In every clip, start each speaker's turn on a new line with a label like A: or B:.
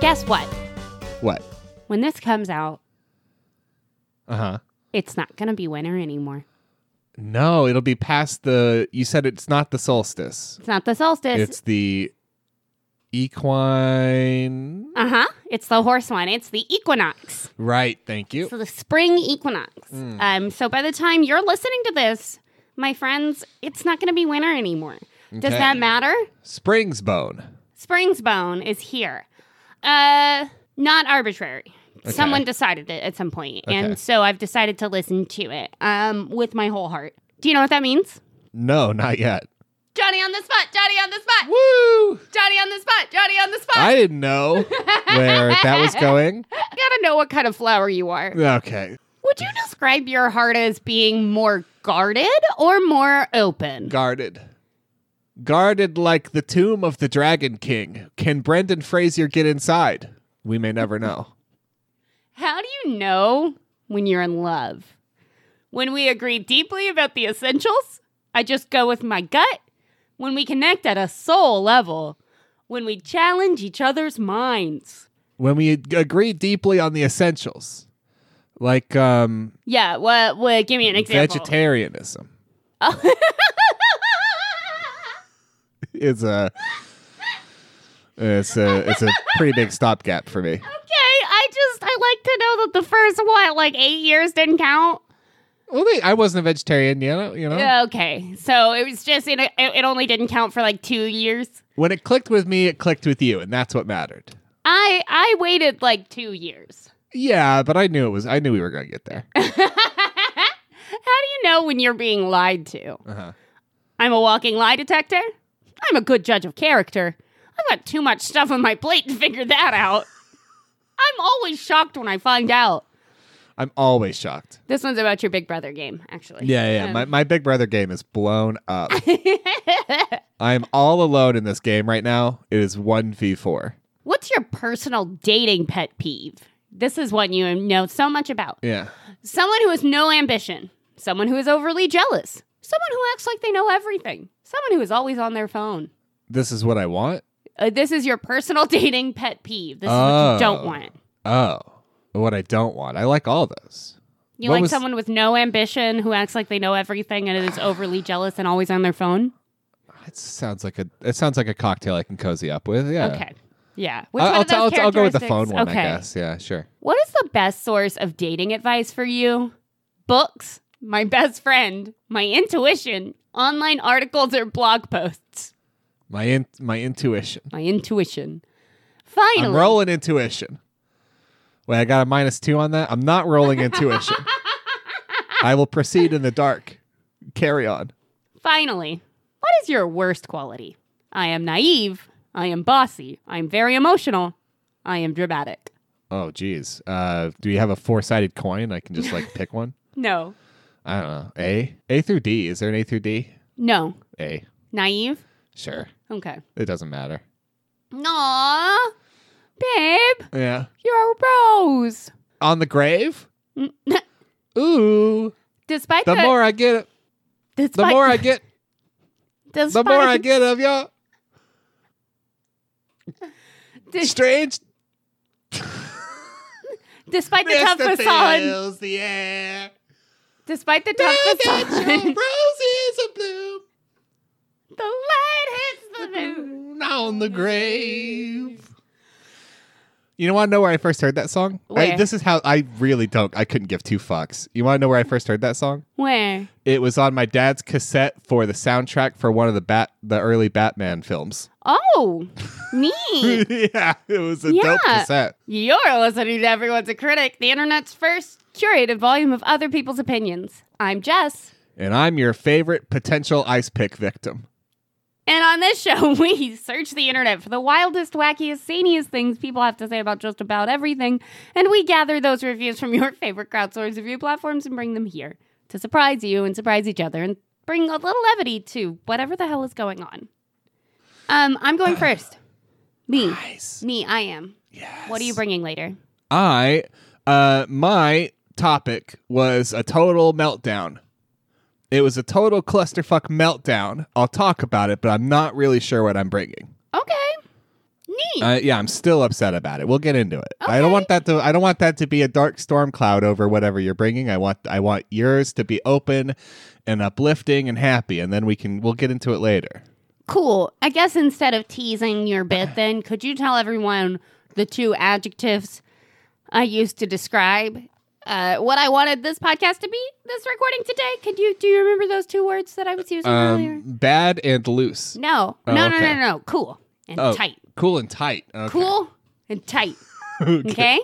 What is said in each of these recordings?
A: Guess what?
B: What?
A: When this comes out,
B: Uh huh.
A: it's not going to be winter anymore.
B: No, it'll be past the. You said it's not the solstice.
A: It's not the solstice.
B: It's the equine.
A: uh huh. It's the horse one. It's the equinox.
B: Right. Thank you.
A: So the spring equinox.
B: Hmm.
A: Um, so by the time you're listening to this, my friends, it's not going to be winter anymore. Does
B: Okay.
A: that matter?
B: Spring's bone.
A: Spring's bone is here. Uh, not arbitrary. Someone decided it at some point,
B: Okay.
A: and so I've decided to listen to it um, with my whole heart. Do you know what that means?
B: No, not yet.
A: Johnny on the spot. Johnny on the spot.
B: Woo!
A: Johnny on the spot. Johnny on the spot.
B: I didn't know where that was going.
A: gotta know what kind of flower you are.
B: Okay.
A: Would you describe your heart as being more guarded or more open?
B: Guarded. Guarded like the tomb of the Dragon King. Can Brendan Fraser get inside? We may never know.
A: How do you know when you're in love? When we agree deeply about the essentials, I just go with my gut. When we connect at a soul level, when we challenge each other's minds.
B: When we agree deeply on the essentials, like um,
A: Yeah, what, what give me an example.
B: vegetarianism, is a it's a it's a pretty big stopgap for me.
A: okay, I just I like to know that the first what, like eight years didn't count.
B: Well, they, I wasn't a vegetarian, you know. You know,
A: Yeah, Okay, so it was just it, it, it only didn't count for like two years.
B: when it clicked with me, it clicked with you, and that's what mattered.
A: I I waited like two years.
B: Yeah, but I knew it was. I knew we were going to get there.
A: How do you know when you're being lied to?
B: Uh-huh.
A: I'm a walking lie detector. I'm a good judge of character. I've got too much stuff on my plate to figure that out. I'm always shocked when I find out.
B: I'm always shocked.
A: This one's about your Big Brother game, actually.
B: Yeah, yeah.
A: Um,
B: My my Big Brother game is blown up. I'm all alone in this game right now. It is one v four.
A: What's your personal dating pet peeve? This is one you know so much about.
B: Yeah.
A: Someone who has no ambition. Someone who is overly jealous. Someone who acts like they know everything. Someone who is always on their phone.
B: This is what I want.
A: Uh, this is your personal dating pet peeve. This is what
B: Oh.
A: you don't want.
B: Oh, what I don't want. I like all those.
A: You
B: What
A: like
B: was-
A: someone with no ambition who acts like they know everything and is overly jealous and always on their phone?
B: It sounds like a it sounds like a cocktail I can cozy up with. Yeah.
A: Okay. Yeah. Which
B: I-
A: one
B: I'll,
A: of those
B: I'll, I'll go with the phone
A: characteristics-
B: one,
A: okay.
B: I guess. Yeah, sure.
A: What is the best source of dating advice for you? Books, my best friend, my intuition, online articles or blog posts.
B: My in, my intuition.
A: My intuition. Finally.
B: I'm rolling intuition. Wait, I got a minus two on that. I'm not rolling intuition. I will proceed in the dark. Carry on.
A: Finally, what is your worst quality? I am naive. I am bossy. I am very emotional. I am dramatic.
B: Oh, geez. Uh, do you have a four sided coin? I can just like pick one.
A: No.
B: I don't know. A, A through D. Is there an A through D?
A: No.
B: A.
A: Naive?
B: Sure.
A: Okay.
B: It doesn't matter.
A: Aww. Babe,
B: Yeah.
A: you're a rose.
B: On the grave.
A: Mm.
B: Ooh.
A: Despite
B: The
A: the,
B: more I get, the
A: despite,
B: more I get, the
A: despite,
B: more I get of y'all.
A: dis-
B: Strange.
A: despite the tough
B: Mr.
A: facade,
B: fills the air.
A: despite the tough
B: Now that your
A: facade,
B: roses are blue.
A: the light hits the moon.
B: on the grave. You know, want to know where I first heard that song? I-
A: Where?
B: this is how I really don't. I couldn't give two fucks. You want to know where I first heard that song?
A: Where?
B: It was on my dad's cassette for the soundtrack for one of the bat, the early Batman films.
A: Oh, neat.
B: yeah, it was a
A: Yeah.
B: dope cassette.
A: You're listening to Everyone's a Critic, the internet's first curated volume of other people's opinions. I'm Jess.
B: And I'm your favorite potential ice pick victim.
A: And on this show, we search the internet for the wildest, wackiest, saniest things people have to say about just about everything. And we gather those reviews from your favorite crowdsourced review platforms and bring them here to surprise you and surprise each other and bring a little levity to whatever the hell is going on. Um, I'm going first. Me.
B: Nice.
A: Me, I am.
B: Yes.
A: What are you bringing later?
B: I uh my topic was a total meltdown. It was a total clusterfuck meltdown. I'll talk about it, but I'm not really sure what I'm bringing.
A: Okay. Neat.
B: Uh, yeah, I'm still upset about it. We'll get into it. I don't
A: Okay.
B: want that to. I don't want that to be a dark storm cloud over whatever you're bringing. I want. I want yours to be open, and uplifting and happy, and then we can. We'll get into it later.
A: Cool. I guess instead of teasing your bit, then, could you tell everyone the two adjectives I used to describe uh, what I wanted this podcast to be, this recording today? Could you do you remember those two words that I was using earlier?
B: Um, bad and loose.
A: No,
B: oh,
A: no, no,
B: okay.
A: no, no, no. Cool and
B: Oh,
A: tight.
B: Cool and tight. Okay.
A: Cool and tight. Okay.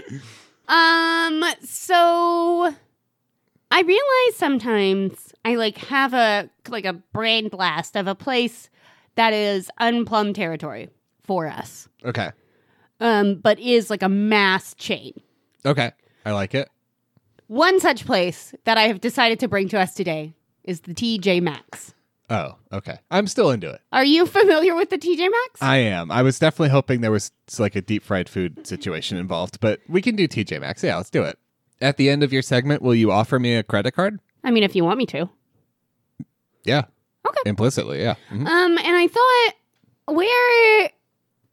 A: Um. So I realize sometimes I like have a like a brain blast of a place that is unplumbed territory for us,
B: Okay.
A: um, but is like a mass chain.
B: Okay. I like it.
A: One such place that I have decided to bring to us today is the TJ Maxx.
B: Oh. Okay. I'm still into it.
A: Are you familiar with the TJ Maxx?
B: I am. I was definitely hoping there was like a deep fried food situation involved, but we can do TJ Maxx. Yeah, let's do it. At the end of your segment, will you offer me a credit card?
A: I mean, if you want me to.
B: Yeah.
A: Okay.
B: Implicitly, yeah. Mhm.
A: Um, and I thought, where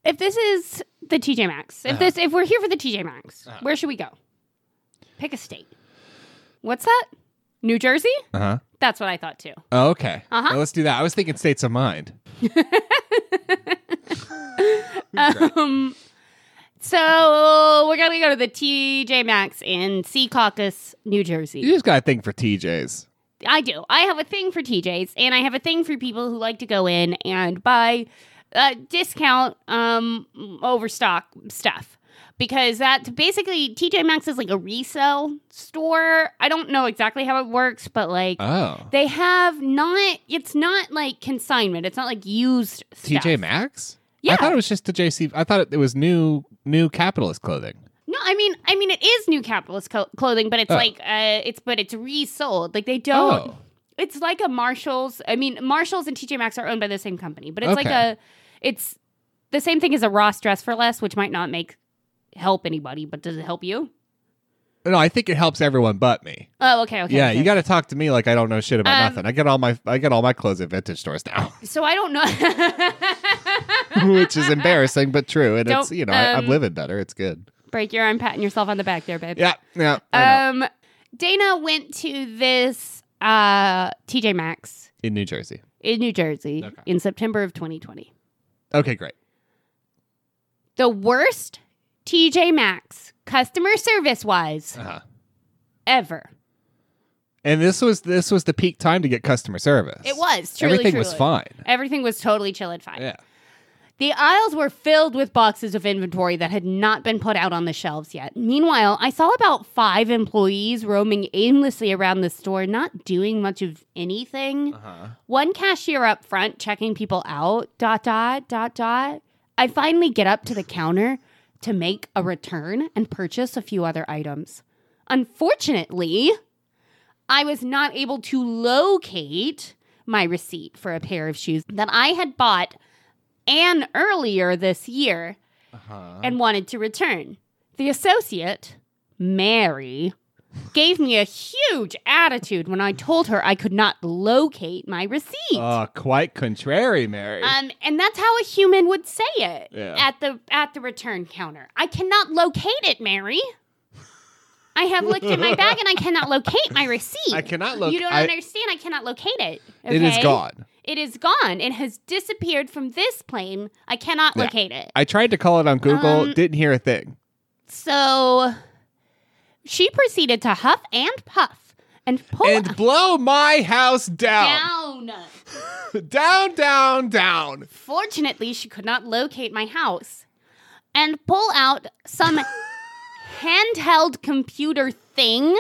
A: if this is the TJ Maxx, if this if we're here for the TJ Maxx,
B: Uh-huh.
A: where should we go? Pick a state. What's that? New Jersey?
B: Uh-huh.
A: That's what I thought too.
B: Oh, okay.
A: Uh-huh.
B: Well, let's do that. I was thinking states of mind.
A: Um, so we're gonna go to the TJ Maxx in Sea Caucus, New Jersey.
B: You just got a thing for TJs.
A: I do. I have a thing for TJs, and I have a thing for people who like to go in and buy uh, discount um, overstock stuff because that basically TJ Maxx is like a resale store. I don't know exactly how it works, but like
B: Oh.
A: they have not. It's not like consignment. It's not like used stuff.
B: TJ Maxx?
A: Yeah.
B: I thought it was just the JC. I thought it was new new capitalist clothing.
A: No, I mean, I mean, it is new capitalist co- clothing, but it's
B: Oh.
A: like uh, it's but it's resold. Like they don't.
B: Oh.
A: It's like a Marshalls. I mean, Marshalls and TJ Maxx are owned by the same company, but it's like
B: Okay.
A: a, it's the same thing as a Ross dress for less, which might not make help anybody, but does it help you?
B: No, I think it helps everyone but me.
A: Oh, okay, okay.
B: yeah,
A: okay.
B: you got to talk to me like I don't know shit about
A: Um,
B: nothing. I get all my I get all my clothes at vintage stores now.
A: So I don't know.
B: which is embarrassing but true. And it's
A: Don't,
B: you know I,
A: um,
B: I'm living better. It's good.
A: Break your arm, patting yourself on the back there, babe.
B: Yeah, yeah. I know.
A: Um, Dana went to this uh TJ Maxx
B: in New Jersey.
A: in New Jersey
B: Okay.
A: in September of 2020.
B: Okay, great.
A: the worst TJ Maxx customer service wise
B: Uh-huh.
A: ever.
B: And this was this was the peak time to get customer service.
A: It was truly
B: Everything was
A: truly.
B: fine.
A: Everything was totally chill and fine.
B: Yeah.
A: The aisles were filled with boxes of inventory that had not been put out on the shelves yet. Meanwhile, I saw about five employees roaming aimlessly around the store, not doing much of anything.
B: Uh-huh.
A: One cashier up front checking people out, dot, dot, dot, dot. I finally get up to the counter to make a return and purchase a few other items. Unfortunately, I was not able to locate my receipt for a pair of shoes that I had bought and earlier this year
B: Uh-huh.
A: and wanted to return. The associate, Mary, gave me a huge attitude when I told her I could not locate my receipt.
B: Uh, quite contrary, Mary.
A: Um, and that's how a human would say it
B: Yeah.
A: at the at the return counter. I cannot locate it, Mary. I have looked in my bag and I cannot locate my receipt.
B: I cannot look.
A: You don't
B: I-
A: understand. I cannot locate it.
B: It is
A: okay?
B: gone.
A: It is gone. It has disappeared from this plane. I cannot
B: Yeah.
A: locate it.
B: I tried to call it on Google.
A: Um,
B: didn't hear a thing.
A: So she proceeded to huff and puff and pull
B: And blow my house down,
A: down.
B: down, down, down.
A: Fortunately, she could not locate my house and pull out some handheld computer thing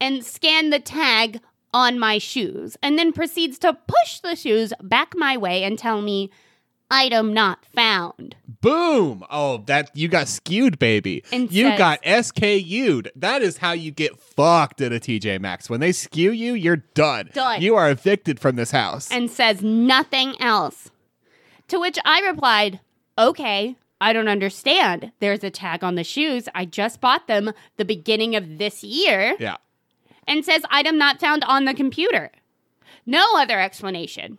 A: and scan the tag on my shoes and then proceeds to push the shoes back my way and tell me, item not found.
B: Boom! Oh, that you got skewed, baby.
A: And
B: you
A: says-
B: got SKU'd. That is how you get fucked at a TJ Maxx. When they skew you, you're done.
A: Done.
B: You are evicted from this house.
A: and says nothing else. To which I replied, Okay, I don't understand. There's a tag on the shoes. I just bought them the beginning of this year
B: yeah.
A: and says item not found on the computer. No other explanation.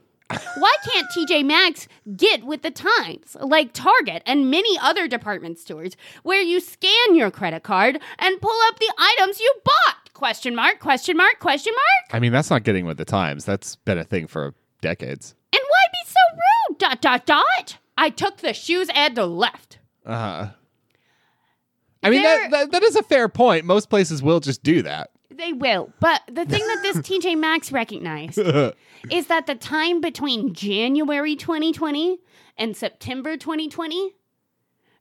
A: Why can't TJ Maxx get with the times, like Target and many other department stores, where you scan your credit card and pull up the items you bought? Question mark, question mark, question mark?
B: I mean, that's not getting with the times. That's been a thing for decades.
A: And why be so rude? Dot dot dot. I took the shoes and left.
B: Uh huh. I mean,
A: There-
B: that, that, that is a fair point. Most places will just do that.
A: They will. But the thing that this TJ Maxx recognized is that the time between January 2020 and September 2020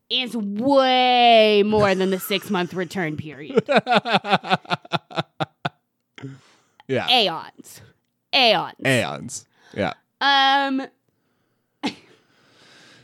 A: is way more than the six month return period.
B: yeah.
A: Aeons. Aeons.
B: Aeons. Yeah.
A: um,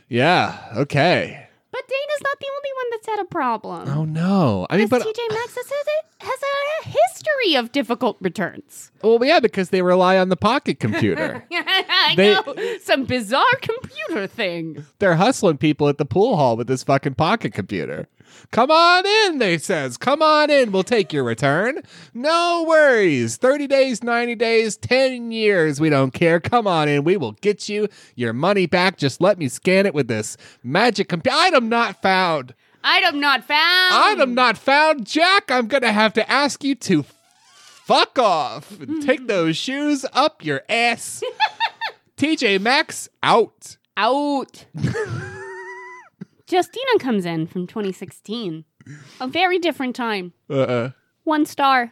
B: Yeah. Okay.
A: but Dana's not the only one that's had a problem.
B: Oh, no. I mean, but.
A: Because TJ Maxx has, a- has a history of difficult returns.
B: Well, yeah, because they rely on the pocket computer.
A: I
B: They-
A: know some bizarre computer thing.
B: They're hustling people at the pool hall with this fucking pocket computer. Come on in, they says. Come on in. We'll take your return. No worries. 30 days, 90 days, 10 years. We don't care. Come on in. We will get you your money back. Just let me scan it with this magic computer. Item not found.
A: Item not found.
B: Item not found. Jack, I'm going to have to ask you to fuck off and take those shoes up your ass. TJ Maxx out.
A: out. Justina comes in from 2016. A very different time.
B: Uh-uh.
A: One star.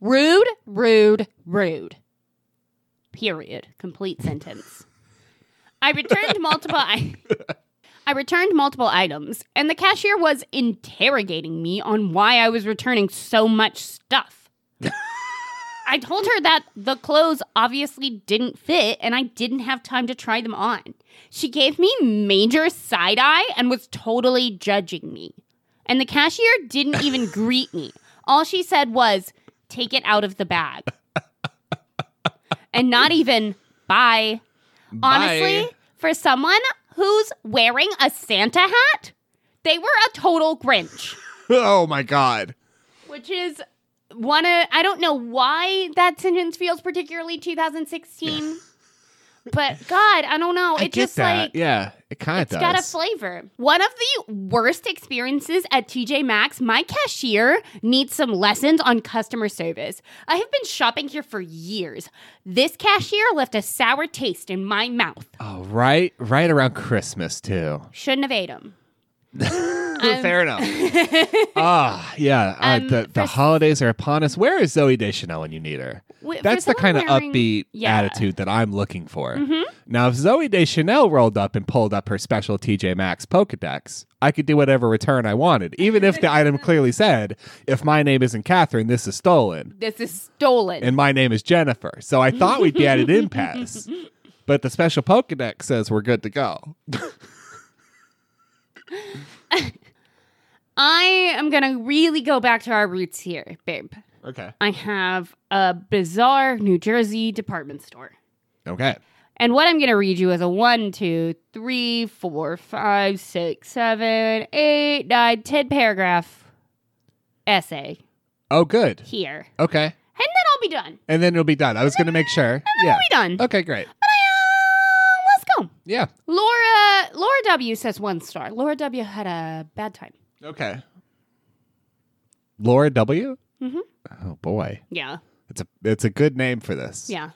A: Rude, rude, rude. Period. Complete sentence. I returned multiple I I returned multiple items and the cashier was interrogating me on why I was returning so much stuff. I told her that the clothes obviously didn't fit and I didn't have time to try them on. She gave me major side eye and was totally judging me. And the cashier didn't even greet me. All she said was, take it out of the bag. and not even, bye. Honestly,
B: Bye.
A: for someone who's wearing a Santa hat, they were a total Grinch,
B: Oh my god.
A: which is one of, I don't know why that sentence feels particularly 2016. But God, I don't know. It just like
B: yeah, it kind of
A: it's got a flavor. One of the worst experiences at TJ Maxx, my cashier needs some lessons on customer service. I have been shopping here for years. This cashier left a sour taste in my mouth.
B: oh, right, right around Christmas too.
A: Shouldn't have ate him.
B: Fair enough. Ah, yeah. uh,
A: Um,
B: the
A: for
B: the
A: s-
B: holidays are upon us. Where is Zoe Deschanel when you need her?
A: Wi- for
B: That's the
A: someone
B: kind of
A: wearing-
B: upbeat
A: Yeah. Mm-hmm.
B: attitude that I'm looking for. Now, if Zoe Deschanel rolled up and pulled up her special TJ Maxx Pokedex, I could do whatever return I wanted, even if the item clearly said, "If my name isn't Catherine, this is stolen."
A: This is stolen.
B: and my name is Jennifer. So I thought we'd be at an impasse. But the special Pokedex says we're good to go.
A: I am going to really go back to our roots here, babe.
B: Okay.
A: I have a bizarre New Jersey department store.
B: Okay.
A: And what I'm going to read you is a 1, 2, 3, 4, 5, 6, 7, 8, 9, 10 paragraph essay
B: Oh, good.
A: here.
B: Okay.
A: And then I'll be done.
B: And then it'll be done. I was going to make sure. Yeah.
A: I'll be done.
B: Okay, great.
A: But I, uh, let's go.
B: Yeah.
A: Laura, Laura W says one star. Laura W had a bad time.
B: Okay. Laura W.
A: Mhm.
B: Oh boy,
A: Yeah.
B: it's a it's a good name for this.
A: Yeah.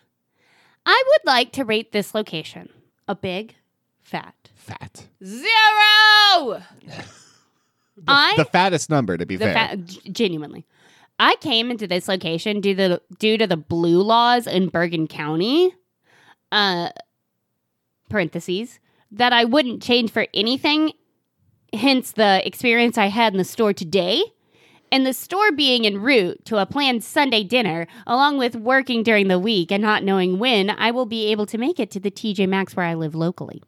A: I would like to rate this location a big, fat
B: Fat.
A: zero. I.
B: the fattest number, to be
A: the
B: fair.
A: fa- g- genuinely. I came into this location due to due to the blue laws in Bergen County, uh, parentheses that I wouldn't change for anything. Hence the experience I had in the store today, and the store being en route to a planned Sunday dinner, along with working during the week and not knowing when I will be able to make it to the TJ Maxx where I live locally.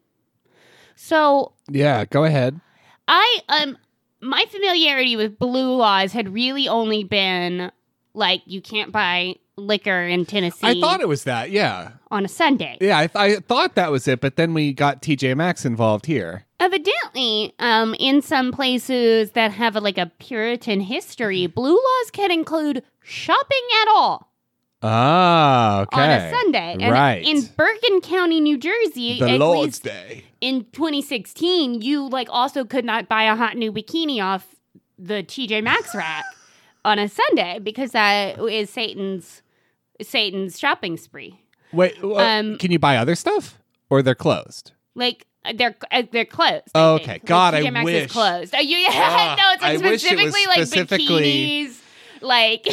A: So
B: Yeah, go ahead.
A: I um my familiarity with blue laws had really only been like you can't buy liquor in Tennessee
B: I thought it was that. Yeah.
A: on a Sunday.
B: Yeah, I, th- I thought that was it, but then we got TJ Maxx involved here.
A: Evidently, um, in some places that have like a Puritan history,
B: Hmm.
A: blue laws can include shopping at all
B: Ah, okay.
A: on a Sunday. And
B: Right.
A: in Bergen County, New Jersey,
B: the
A: at
B: Lord's
A: least
B: Day.
A: in 2016, you like also could not buy a hot new bikini off the TJ Maxx rack on a Sunday because that is Satan's Satan's shopping spree.
B: Wait, wh-
A: Um,
B: can you buy other stuff? Or they're closed?
A: Like uh, they're uh, they're closed. I
B: Oh,
A: think.
B: okay. God,
A: like,
B: I
A: TJ Maxx
B: wish.
A: is closed. Uh, you, yeah,
B: Ah,
A: no, it's
B: I
A: like
B: wish it
A: specifically
B: was
A: like
B: specifically-
A: bikinis. Like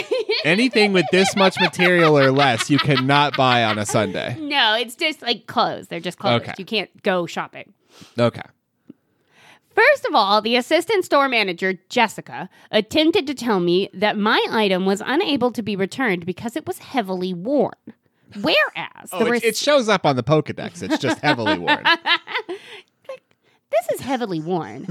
B: Anything with this much material or less, you cannot buy on a Sunday.
A: no, it's just like closed. They're just closed.
B: Okay.
A: You can't go shopping.
B: Okay.
A: First of all, the assistant store manager, Jessica, attempted to tell me that my item was unable to be returned because it was heavily worn. Whereas
B: Oh,
A: the
B: it,
A: res-
B: it shows up on the Pokedex. It's just heavily worn.
A: this is heavily worn.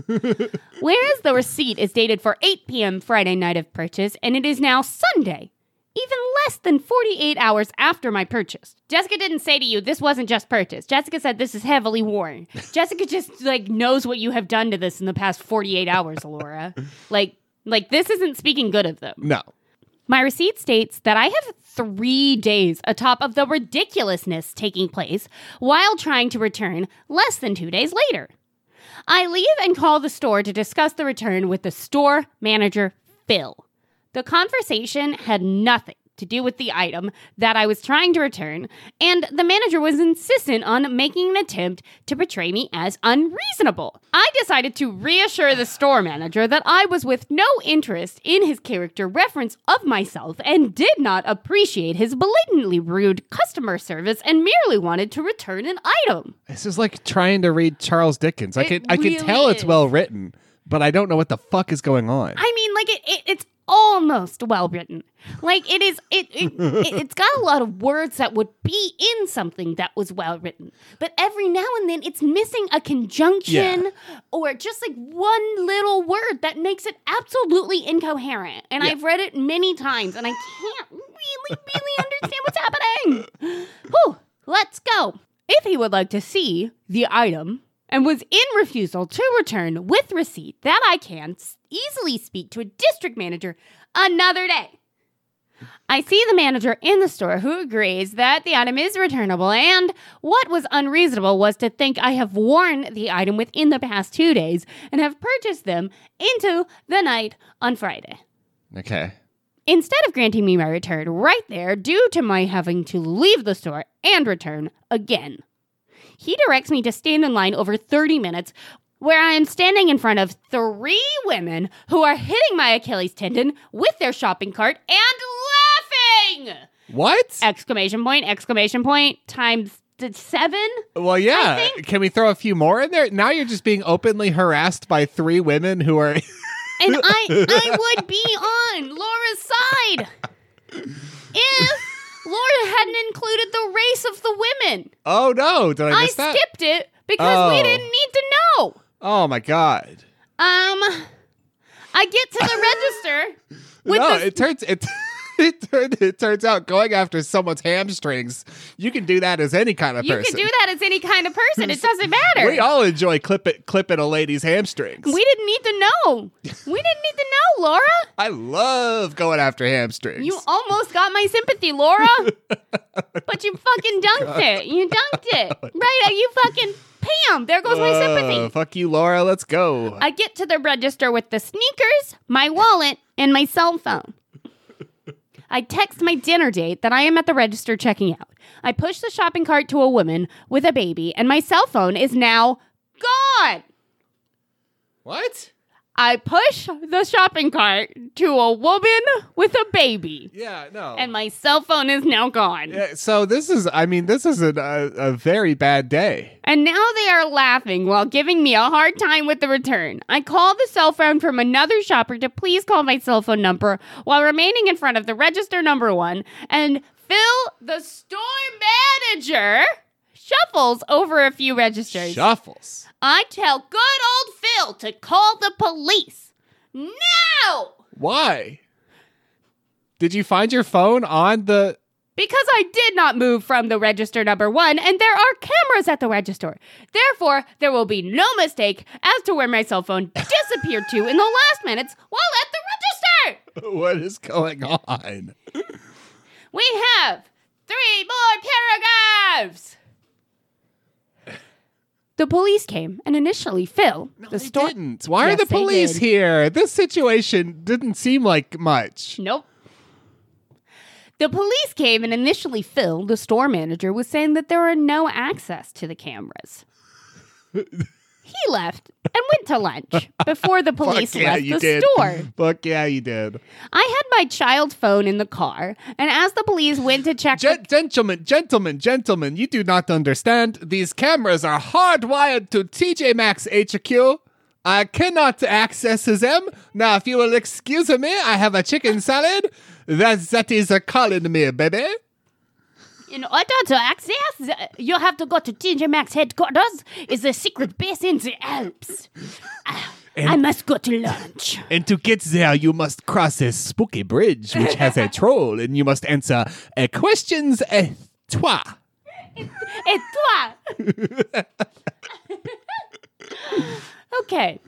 A: Whereas the receipt is dated for 8 p.m. Friday night of purchase, and it is now Sunday, even less than 48 hours after my purchase. Jessica didn't say to you, this wasn't just purchased. Jessica said, this is heavily worn. Jessica just, like, knows what you have done to this in the past 48 hours, Laura. like, like, this isn't speaking good of them.
B: No.
A: My receipt states that I have three days atop of the ridiculousness taking place while trying to return less than two days later. I leave and call the store to discuss the return with the store manager, Phil. The conversation had nothing to do with the item that I was trying to return, and the manager was insistent on making an attempt to portray me as unreasonable. I decided to reassure the store manager that I was with no interest in his character reference of myself and did not appreciate his blatantly rude customer service and merely wanted to return an item.
B: This is like trying to read Charles Dickens. I
A: It
B: can I can
A: really
B: tell it's
A: is.
B: well written, but I don't know what the fuck is going on.
A: I mean, like it, it it's almost well written. Like it is, it, it, it it's got a lot of words that would be in something that was well written, but every now and then it's missing a conjunction or just like one little word that makes it absolutely incoherent. And
B: Yeah.
A: I've read it many times, and I can't really, really understand what's happening. Whew, let's go. If he would like to see the item and was in refusal to return with receipt, that I can s- easily speak to a district manager another day. I see the manager in the store who agrees that the item is returnable, and what was unreasonable was to think I have worn the item within the past two days and have purchased them into the night on Friday.
B: okay.
A: Instead of granting me my return right there due to my having to leave the store and return again, he directs me to stand in line over 30 minutes where I am standing in front of three women who are hitting my Achilles tendon with their shopping cart and laughing!
B: What?
A: Exclamation point, exclamation point, times th- seven?
B: Well, yeah.
A: think-
B: Can we throw a few more in there? Now you're just being openly harassed by three women who are.
A: And I I would be on Laura's side if Laura hadn't included the race of the women.
B: oh no! Did
A: I
B: I miss that?
A: skipped it because
B: Oh.
A: we didn't need to know.
B: Oh my god!
A: Um, I get to the register with
B: no,
A: the
B: it turns it. It, turned, it turns out going after someone's hamstrings, you can do that as any kind of
A: you
B: person.
A: can do that as any kind of person. It doesn't matter.
B: We all enjoy clipping clipping a lady's hamstrings.
A: We didn't need to know. We didn't need to know, Laura.
B: I love going after hamstrings.
A: You almost got my sympathy, Laura. but you fucking dunked it. You dunked it. Right? uh, You fucking pam. There goes my
B: Oh,
A: sympathy.
B: fuck you, Laura. Let's go.
A: I get to the register with the sneakers, my wallet, and my cell phone. I text my dinner date that I am at the register checking out. I push the shopping cart to a woman with a baby, and my cell phone is now gone.
B: what?
A: I push the shopping cart to a woman with a baby,
B: Yeah, no.
A: and my cell phone is now gone.
B: Yeah, so this is, I mean, this is an, a, a very bad day.
A: And now they are laughing while giving me a hard time with the return. I call the cell phone from another shopper to please call my cell phone number while remaining in front of the register number one. And Phil, the store manager, shuffles over a few registers.
B: Shuffles.
A: I tell good old Phil to call the police. Now!
B: Why? Did you find your phone on the?
A: Because I did not move from the register number one, and there are cameras at the register. Therefore, there will be no mistake as to where my cell phone disappeared to in the last minutes while at the register.
B: What is going on?
A: We have three more paragraphs. The police came, and initially, Phil, the
B: They
A: store.
B: didn't. Why
A: Yes,
B: are the
A: they
B: police
A: did.
B: here? This situation didn't seem like much.
A: Nope. The police came, and initially, Phil, the store manager, was saying that there are no access to the cameras. he left and went to lunch before the police
B: Fuck yeah,
A: left
B: you
A: the
B: did.
A: store.
B: Fuck yeah, you did.
A: I had my child's phone in the car, and as the police went to check, the-
B: Gen- gentlemen, gentlemen, gentlemen, you do not understand. These cameras are hardwired to TJ Maxx HQ. I cannot access them. Now, if you will excuse me, I have a chicken salad. That, that is a calling me, baby.
A: in order to access, the- you have to go to TJ Maxx headquarters. Is a secret base in the Alps. Ah, I must go to lunch.
B: And to get there, you must cross a spooky bridge which has a troll, and you must answer a questions a trois.
A: Et toi? okay.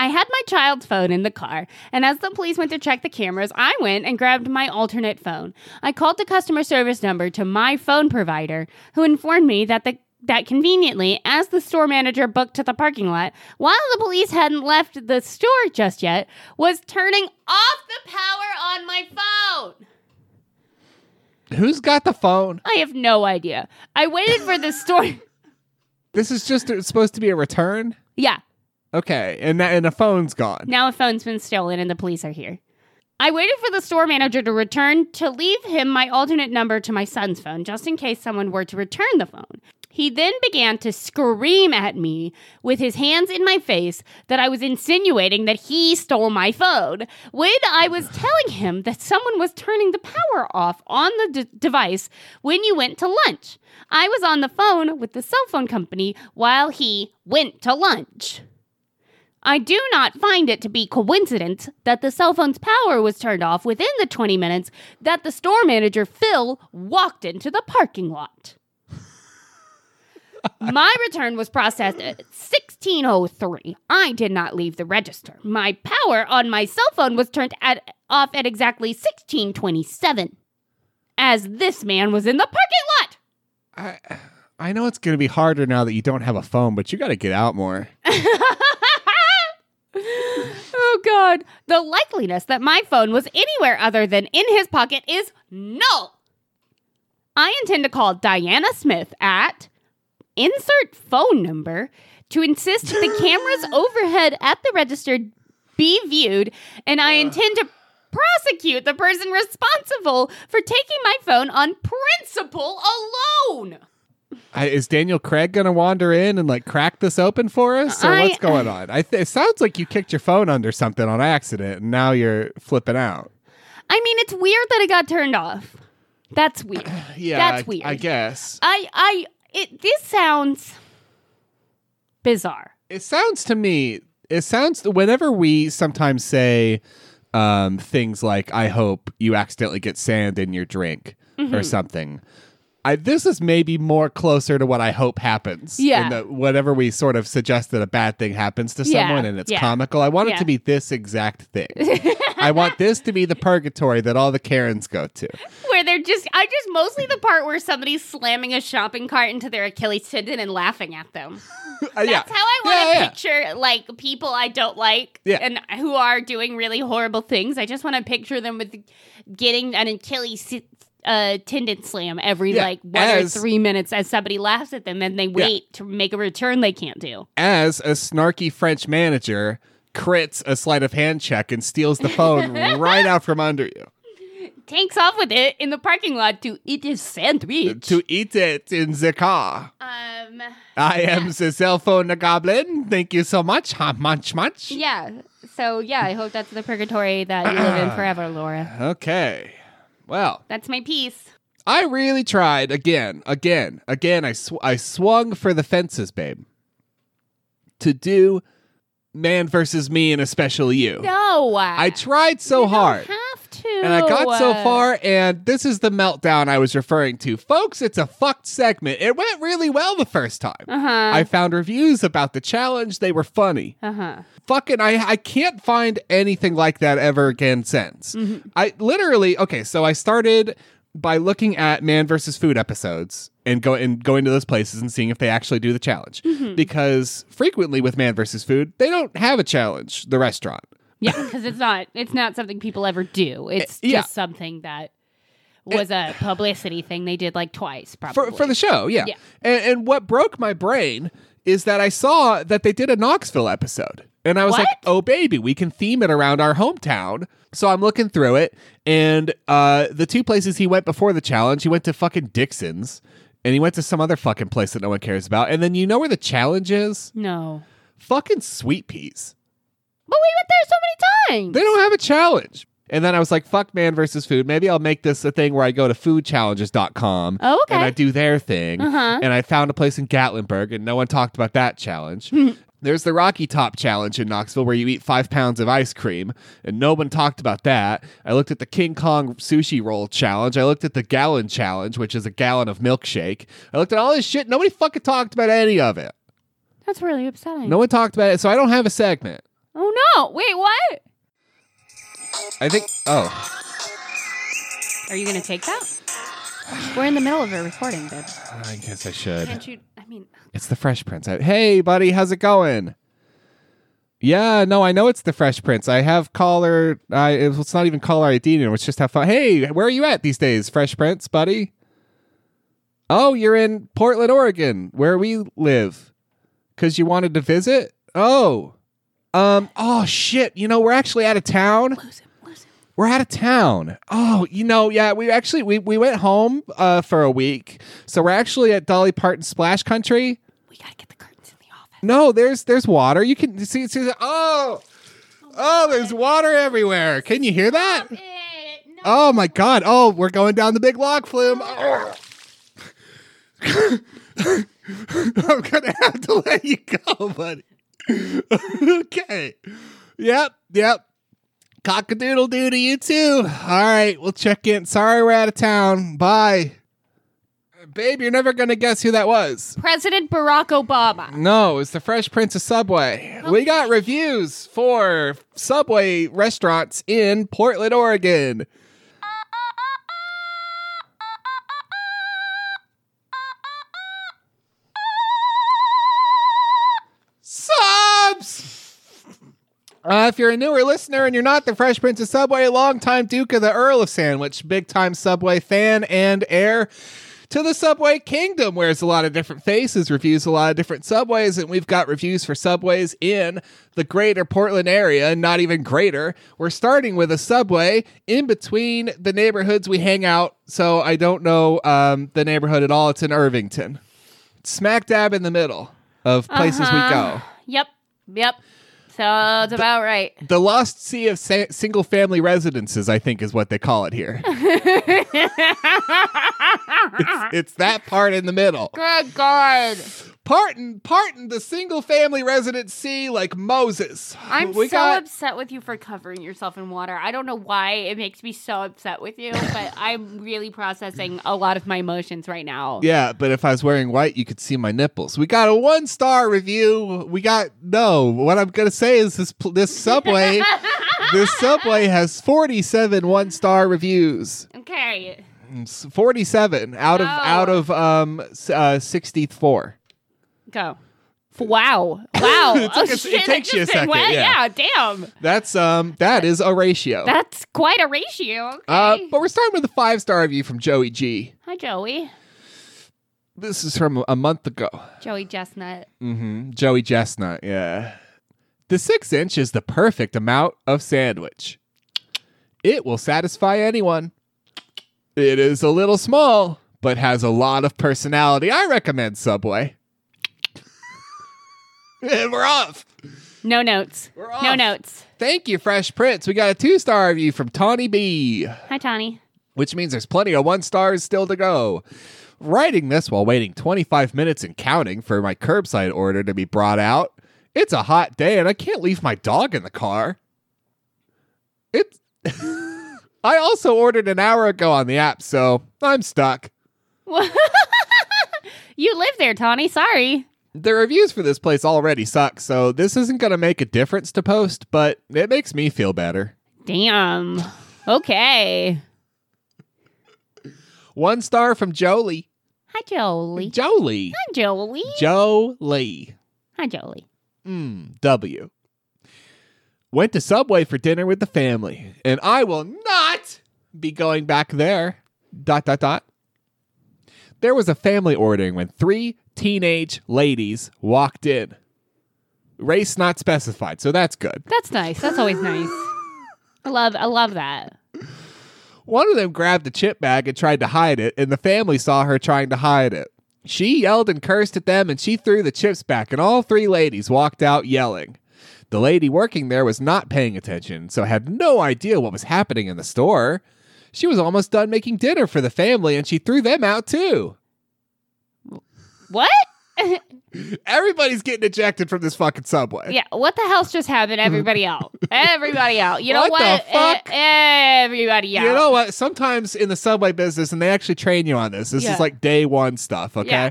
A: I had my child's phone in the car, and as the police went to check the cameras, I went and grabbed my alternate phone. I called the customer service number to my phone provider, who informed me that the that conveniently, as the store manager booked to the parking lot, while the police hadn't left the store just yet, was turning off the power on my phone.
B: Who's got the phone?
A: I have no idea. I waited for the store.
B: This is just supposed to be a return?
A: yeah,
B: Okay, and, that, and a phone's gone.
A: Now a phone's been stolen and the police are here. I waited for the store manager to return to leave him my alternate number to my son's phone just in case someone were to return the phone. He then began to scream at me with his hands in my face that I was insinuating that he stole my phone when I was telling him that someone was turning the power off on the d- device when you went to lunch. I was on the phone with the cell phone company while he went to lunch. I do not find it to be coincidence that the cell phone's power was turned off within the 20 minutes that the store manager Phil walked into the parking lot. My return was processed at 1603. I did not leave the register. My power on my cell phone was turned at, off at exactly 1627 as this man was in the parking lot.
B: I I know it's going to be harder now that you don't have a phone, but you got to get out more.
A: oh god the likeliness that my phone was anywhere other than in his pocket is null i intend to call diana smith at insert phone number to insist that the cameras overhead at the register be viewed and i intend to prosecute the person responsible for taking my phone on principle alone
B: I, is Daniel Craig going to wander in and like crack this open for us, or
A: I-
B: what's going on? I th- it sounds like you kicked your phone under something on accident, and now you're flipping out.
A: i mean it's weird that it got turned off that's weird
B: Yeah,
A: That's
B: I,
A: weird.
B: I guess
A: I I it this sounds bizarre.
B: it sounds to me. It sounds whenever we sometimes say um, things like "I hope you accidentally get sand in your drink"
A: Mm-hmm.
B: or something. I, this is maybe more closer to what I hope happens.
A: Yeah.
B: In the, whenever we sort of suggest that a bad thing happens to
A: Yeah,
B: someone and it's
A: yeah.
B: comical, I want
A: Yeah.
B: it to be this exact thing. I want this to be the purgatory that all the Karens go to.
A: Where they're just I just mostly the part where somebody's slamming a shopping cart into their Achilles tendon and laughing at them.
B: Uh, yeah.
A: That's how I want to
B: Yeah, yeah.
A: picture like people I don't like
B: Yeah.
A: and who are doing really horrible things. I just want to picture them with getting an Achilles uh, tendon slam every
B: Yeah,
A: like one
B: as-
A: or three minutes as somebody laughs at them and they wait to make a return they can't do.
B: As a snarky French manager, crits a sleight of hand check and steals the phone right out from under you
A: Takes off with it in the parking lot to eat his sandwich.
B: to eat it in the car.
A: um,
B: I am the cell phone goblin. Thank you so much. Ha, much, much.
A: yeah. So yeah, I hope that's the purgatory that you live in forever, Laura.
B: Okay. Well,
A: That's my piece.
B: I really tried again, again, again. I sw- I swung for the fences, babe. To do man versus me and especially you.
A: No,
B: I tried so hard.
A: have to.
B: And I got so far, and this is the meltdown I was referring to. Folks, it's a fucked segment. It went really well the first time.
A: Uh huh.
B: I found reviews about the challenge, they were funny.
A: Uh huh.
B: Fucking, I, I can't find anything like that ever again since. I literally, okay, so I started by looking at man versus food episodes and go and going to those places and seeing if they actually do the challenge because frequently with man versus food they don't have a challenge the restaurant
A: Yeah, because it's not it's not something people ever do. It's
B: Eh, yeah.
A: just something that was a publicity thing they did like twice, probably.
B: for, for the show, yeah.
A: Yeah.
B: And, and what broke my brain is that I saw that they did a Knoxville episode. And I was like,
A: What?
B: oh, baby, we can theme it around our hometown. So I'm looking through it. And uh, the two places he went before the challenge, he went to fucking Dixon's and he went to some other fucking place that no one cares about. And then you know where the challenge is?
A: no,
B: Fucking Sweet Peas.
A: but we went there so many times.
B: They don't have a challenge. And then I was like, fuck man versus food. Maybe I'll make this a thing where I go to foodchallenges.com
A: Oh, okay.
B: and I do their thing.
A: Uh-huh.
B: And I found a place in Gatlinburg and no one talked about that challenge.
A: Hmm.
B: There's the Rocky Top Challenge in Knoxville where you eat five pounds of ice cream and no one talked about that. I looked at the King Kong Sushi Roll Challenge. I looked at the Gallon Challenge, which is a gallon of milkshake. I looked at all this shit. Nobody fucking talked about any of it.
A: That's really upsetting.
B: No one talked about it. So I don't have a segment.
A: Oh no! Wait, what?
B: I think, oh.
A: Are you gonna take that? We're in the middle of a recording, babe.
B: I guess I should.
A: Can't you? I mean,
B: It's the Fresh Prince. I- hey, buddy, how's it going? Yeah, no, I know it's the Fresh Prince. I have caller. I it's not even caller ID anymore. It's just have fun. Hey, where are you at these days, Fresh Prince, buddy? Oh, you're in Portland, Oregon, where we live. Cause you wanted to visit. Oh, um, oh shit. You know we're actually out of town
A: lose him, lose him.
B: we're out of town. Oh, you know, yeah, we actually we, we went home uh, for a week, so we're actually at Dolly Parton Splash Country.
A: We gotta get the curtains in the office.
B: No, there's there's water. You can see see. Oh, oh, there's water everywhere. Can you hear that?
A: Eh, no.
B: Oh my god. Oh, we're going down the big log flume. Oh. I'm gonna have to let you go, buddy. okay. Yep, yep. Cockadoodle doo to you too. All right, we'll check in. Sorry we're out of town. Bye. Babe, you're never gonna guess who that was.
A: President Barack Obama.
B: No, it's the Fresh Prince of Subway. We got reviews for Subway restaurants in Portland, Oregon. Subs! Uh, if you're a newer listener and you're not the Fresh Prince of Subway, longtime Duke of the Earl of Sandwich, big time Subway fan and heir to the Subway Kingdom, wears a lot of different faces, reviews a lot of different subways, and we've got reviews for subways in the greater Portland area, and not even greater. We're starting with a subway in between the neighborhoods we hang out, so I don't know um, the neighborhood at all. It's in Irvington, smack dab in the middle of places we go.
A: Uh-huh. Yep, yep. So that's about right.
B: The Lost Sea of sa- Single Family Residences, I think, is what they call it here. it's, it's that part in the middle.
A: Good God.
B: Parton, Parton, the single family resident sea like Moses.
A: I'm
B: we
A: so
B: got
A: upset with you for covering yourself in water. I don't know why it makes me so upset with you, but I'm really processing a lot of my emotions right now.
B: yeah, but if I was wearing white, you could see my nipples. We got a one star review. We got no. What I'm gonna say is this pl- this subway, this subway has 47 one star reviews.
A: Okay.
B: It's 47 out of
A: Oh.
B: out of um s- uh, 64.
A: Go. F- Wow. Wow.
B: It
A: oh,
B: took us- it
A: shit, that
B: takes you a
A: just said
B: second,
A: what?
B: yeah.
A: damn.
B: That's um that is a ratio.
A: That's quite a ratio. Okay.
B: uh, but we're starting with a five star review from Joey G.
A: Hi, Joey.
B: This is from a month ago.
A: Joey Chestnut.
B: Mm-hmm. Joey Chestnut, yeah. The six inch is the perfect amount of sandwich. It will satisfy anyone. It is a little small, but has a lot of personality. I recommend Subway. And We're off.
A: No notes.
B: We're off.
A: No notes.
B: Thank you, Fresh Prince. We got a two star review from Tawny B,
A: Hi, Tawny.
B: which means there's plenty of one stars still to go. Writing this while waiting 25 minutes and counting for my curbside order to be brought out. It's a hot day and I can't leave my dog in the car. It's. I also ordered an hour ago on the app, so I'm stuck.
A: you live there, Tawny. Sorry.
B: The reviews for this place already suck, so this isn't going to make a difference to post, but it makes me feel better.
A: Damn. Okay.
B: One star from Jolie.
A: Hi, Jolie.
B: Jolie.
A: Hi, Jolie.
B: Jolie.
A: Hi, Jolie.
B: Mm, w. Went to Subway for dinner with the family, and I will not be going back there. Dot, dot, dot. There was a family ordering when three teenage ladies walked in. Race not specified, so that's good.
A: That's nice. That's always nice. I love. I love that.
B: One of them grabbed a chip bag and tried to hide it, and the family saw her trying to hide it. She yelled and cursed at them, and she threw the chips back, and all three ladies walked out yelling. The lady working there was not paying attention, so had no idea what was happening in the store. She was almost done making dinner for the family, and she threw them out too.
A: What?
B: Everybody's getting ejected from this fucking subway.
A: Yeah. What the hell's just happened? Everybody out. Everybody out. You know
B: Hmm. What
A: what?
B: the fuck?
A: E- everybody out.
B: You know what? Sometimes in the subway business, and they actually train you on this. This
A: Yeah.
B: is like day one stuff, okay?
A: Yeah.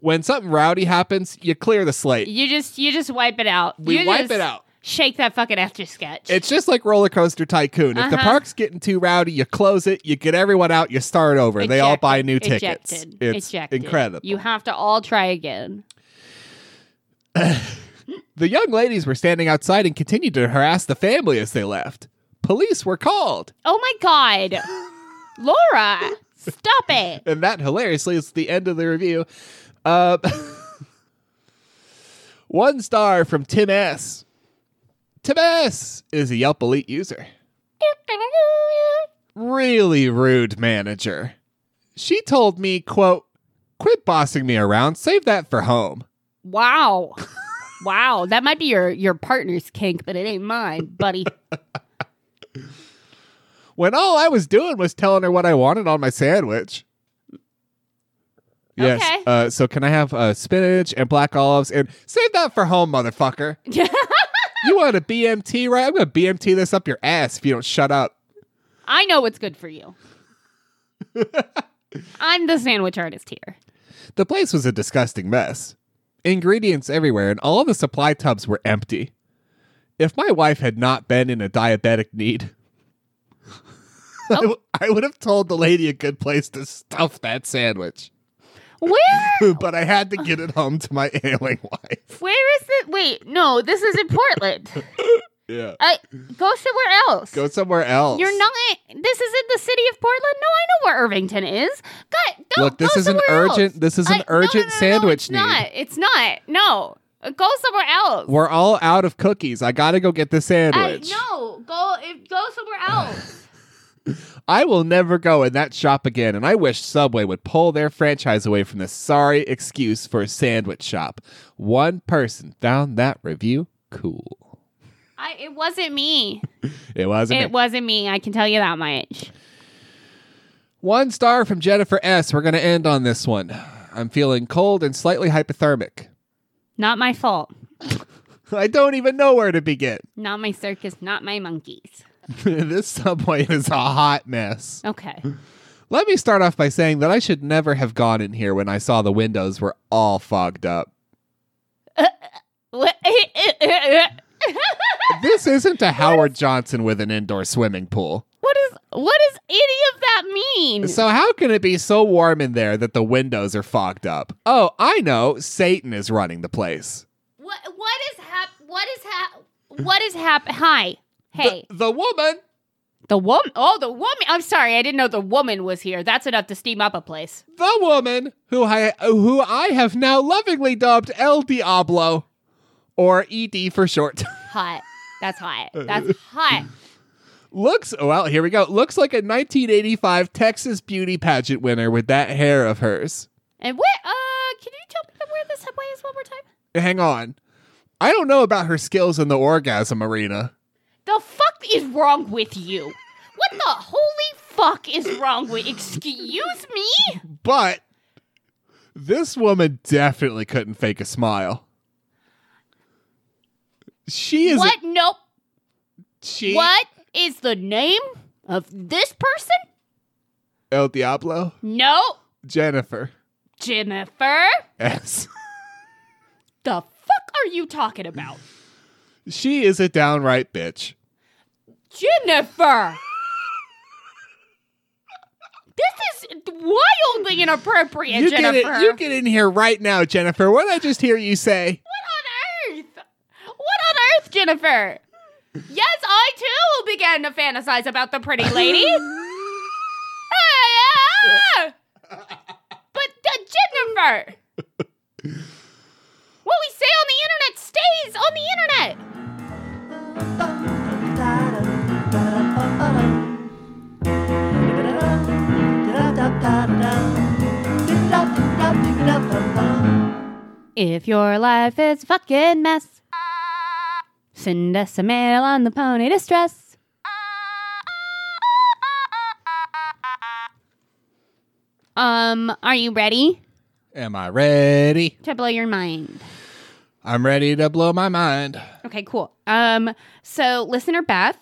B: When something rowdy happens, you clear the slate.
A: you just you just wipe it out.
B: We
A: You
B: wipe
A: just
B: it out.
A: Shake that fucking after sketch.
B: It's just like Roller Coaster Tycoon. If the
A: Uh-huh.
B: park's getting too rowdy, you close it, you get everyone out, you start over. They all
A: Ejected.
B: buy new tickets.
A: Ejected.
B: It's
A: Ejected.
B: incredible.
A: You have to all try again.
B: the young ladies were standing outside and continued to harass the family as they left. Police were called,
A: Oh my god, Laura, stop it.
B: and that hilariously is the end of the review. Uh, one star from Tim S. Tim S is a Yelp Elite user. really rude manager. She told me, quote, quit bossing me around, save that for home.
A: Wow. Wow, that might be your your partner's kink, but it ain't mine, buddy.
B: When all I was doing was telling her what I wanted on my sandwich.
A: Okay.
B: Yes. Uh, so can I have uh, spinach and black olives and save that for home, motherfucker? You want a BMT, right? I'm gonna BMT this up your ass if you don't shut up.
A: I know what's good for you. I'm the sandwich artist here.
B: The place was a disgusting mess. Ingredients everywhere, and all the supply tubs were empty. If my wife had not been in a diabetic need,
A: Oh.
B: I w- I would have told the lady a good place to stuff that sandwich.
A: Where
B: But I had to get it home to my ailing wife.
A: where is it? Wait, no, this is in Portland.
B: Yeah.
A: Uh, go somewhere else.
B: Go somewhere else.
A: You're not. This is in the city of Portland. No, I know where Irvington is. God, go,
B: Look, this
A: go
B: is an
A: somewhere
B: urgent.
A: else.
B: This is an
A: I- no, no,
B: urgent
A: no, no,
B: sandwich
A: it's Not.
B: need.
A: It's not. No, Uh, go somewhere else.
B: We're all out of cookies. I gotta go get the
A: I,
B: sandwich.
A: no, go if- go somewhere else.
B: I will never go in that shop again, and I wish Subway would pull their franchise away from this sorry excuse for a sandwich shop. One person found that review cool.
A: I, it wasn't me.
B: It wasn't
A: It
B: me.
A: wasn't me. I can tell you that much.
B: one star from Jennifer S. We're going to end on this one. I'm feeling cold and slightly hypothermic.
A: Not my fault.
B: I don't even know where to begin.
A: Not my circus. Not my monkeys.
B: this subway is a hot mess.
A: Okay.
B: Let me start off by saying that I should never have gone in here when I saw the windows were all fogged up. this isn't a Howard Johnson with an indoor swimming pool.
A: What is what does any of that mean?
B: So how can it be so warm in there that the windows are fogged up? Oh, I know, Satan is running the place.
A: What what is hap what is hap what is hap hi. Hey.
B: The, the woman
A: The, woman oh the woman I'm sorry, I didn't know the woman was here. That's enough to steam up a place.
B: the woman who I who I have now lovingly dubbed El Diablo or ED E for short
A: hot. That's hot. That's hot.
B: Looks, oh, well, here we go. Looks like a 1985 Texas beauty pageant winner with that hair of hers.
A: And what? Uh, can you tell me where the subway is one more time?
B: Hang on. I don't know about her skills in the orgasm arena.
A: The fuck is wrong with you? What the holy fuck is wrong with? Excuse me?
B: But this woman definitely couldn't fake a smile. She is
A: What? Nope.
B: she
A: What is the name of this person?
B: El Diablo
A: No,
B: Jennifer
A: Jennifer.
B: S.
A: The fuck are you talking about,
B: She is a downright bitch.
A: Jennifer? this is wildly inappropriate,
B: you
A: Jennifer.
B: get it. You get in here right now, Jennifer. What did I just hear you say?
A: What on earth? What on earth, Jennifer? Yes, I too began to fantasize about the pretty lady. Ah! but the Jennifer. What we say on the internet stays on the internet. If your life is a fucking mess, send us a mail on the pony distress. Um, are you ready
B: Am I ready?
A: to blow your mind?
B: I'm ready to blow my mind.
A: Okay, cool. Um, so listener Beth,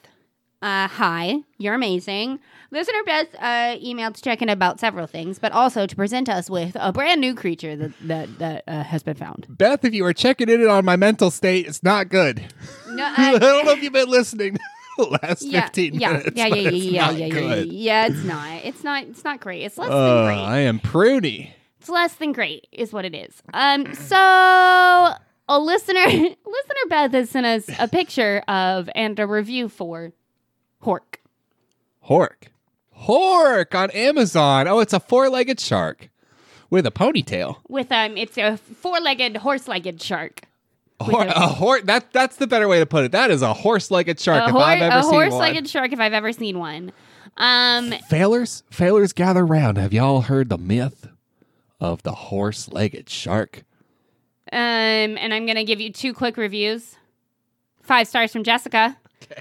A: uh, hi, you're amazing. Listener Beth uh, emailed to check in about several things, but also to present us with a brand new creature that that, that uh, has been found.
B: Beth, if you were checking in on my mental state, it's not good.
A: No,
B: I don't know if you've been listening the last
A: yeah,
B: 15
A: yeah,
B: minutes.
A: yeah, yeah,
B: but
A: yeah,
B: it's
A: yeah,
B: not
A: yeah, yeah,
B: good.
A: yeah, It's not. It's not. It's not great. It's less
B: Uh,
A: than great.
B: I am pruny.
A: It's less than great, is what it is. Um, so a listener, listener Beth has sent us a picture of and a review for Hork.
B: Hork. Hork on Amazon. Oh, it's a four legged shark with a ponytail.
A: with um it's a four-legged horse-legged shark
B: Hor-
A: a-
B: a hor- that, that's the better way to put it. That is a horse legged shark
A: a,
B: if
A: hor-
B: I've ever
A: a
B: seen
A: horse-legged
B: one.
A: shark if i've ever seen one um
B: Failers, failers gather round. Have y'all heard the myth of the horse legged shark?
A: um and i'm gonna give you two quick reviews five stars from jessica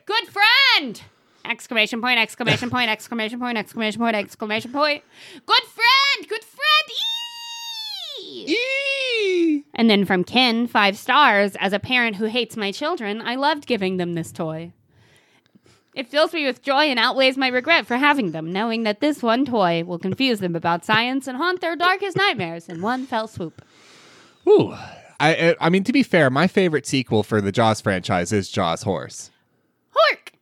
A: good friend exclamation point exclamation point exclamation point exclamation point exclamation point good friend good friend Eee!
B: Eee!
A: and then from ken five stars as a parent who hates my children i loved giving them this toy It fills me with joy and outweighs my regret for having them, knowing that this one toy will confuse them about science and haunt their darkest nightmares in one fell swoop.
B: Ooh. I, I I mean to be fair, my favorite sequel for the Jaws franchise is Jaws Horse.
A: Hork!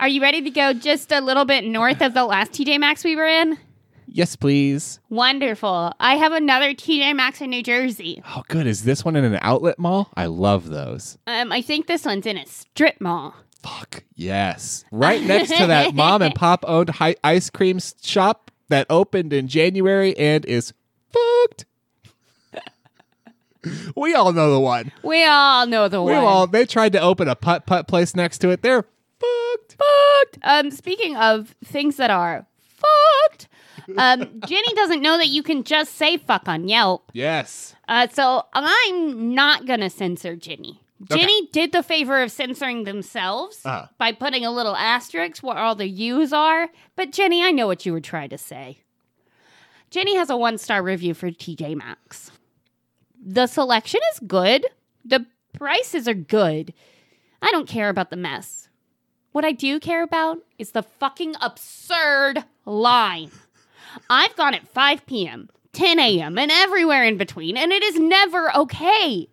A: Are you ready to go just a little bit north of the last TJ Maxx we were in?
B: Yes, please.
A: Wonderful. I have another TJ Maxx in New Jersey.
B: How good is this one in an outlet mall? I love those.
A: Um, I think this one's in a strip mall.
B: Fuck yes! Right next to that mom and pop owned hi- ice cream s- shop that opened in January and is fucked. we all know the one.
A: We all know the
B: We
A: one.
B: all they tried to open a putt putt place next to it. They're fucked.
A: fucked. Um, speaking of things that are fucked, um, Jenny doesn't know that you can just say fuck on Yelp.
B: Yes.
A: Uh, so I'm not gonna censor Ginny.
B: Okay.
A: Ginny did the favor of censoring themselves
B: Uh-huh.
A: by putting a little asterisk where all the U's are. But Jenny, I know what you were trying to say. Jenny has a one star review for TJ Maxx. The selection is good. The prices are good. I don't care about the mess. What I do care about is the fucking absurd line. I've gone at 5 p.m., 10 a.m., and everywhere in between, and it is never okay.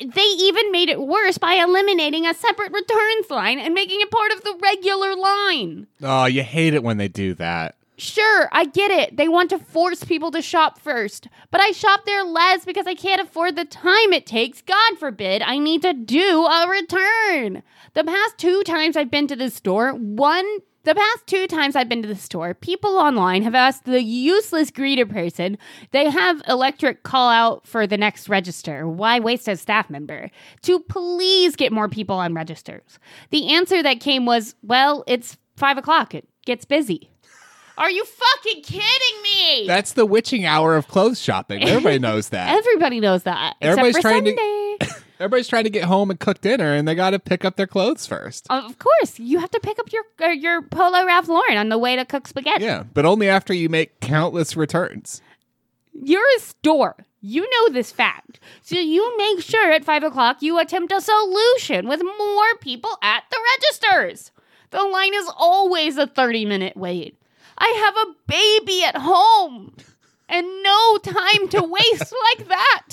A: They even made it worse by eliminating a separate returns line and making it part of the regular line.
B: Oh, you hate it when they do that.
A: Sure, I get it. They want to force people to shop first. But I shop there less because I can't afford the time it takes. God forbid I need to do a return. The past two times I've been to this store, one the past two times I've been to the store, people online have asked the useless greeter person, they have electric call out for the next register. Why waste a staff member? To please get more people on registers. The answer that came was, well, it's five o'clock. It gets busy. Are you fucking kidding me?
B: That's the witching hour of clothes shopping. Everybody knows that.
A: Everybody knows that.
B: Everybody's
A: except for
B: trying to-
A: Sunday.
B: Everybody's trying to get home and cook dinner, and they got to pick up their clothes first.
A: of course, you have to pick up your uh, your Polo Ralph Lauren on the way to cook spaghetti.
B: Yeah, but only after you make countless returns.
A: You're a store. You know this fact. So you make sure at five o'clock you attempt a solution with more people at the registers. The line is always a 30 minute wait. I have a baby at home and no time to waste like that.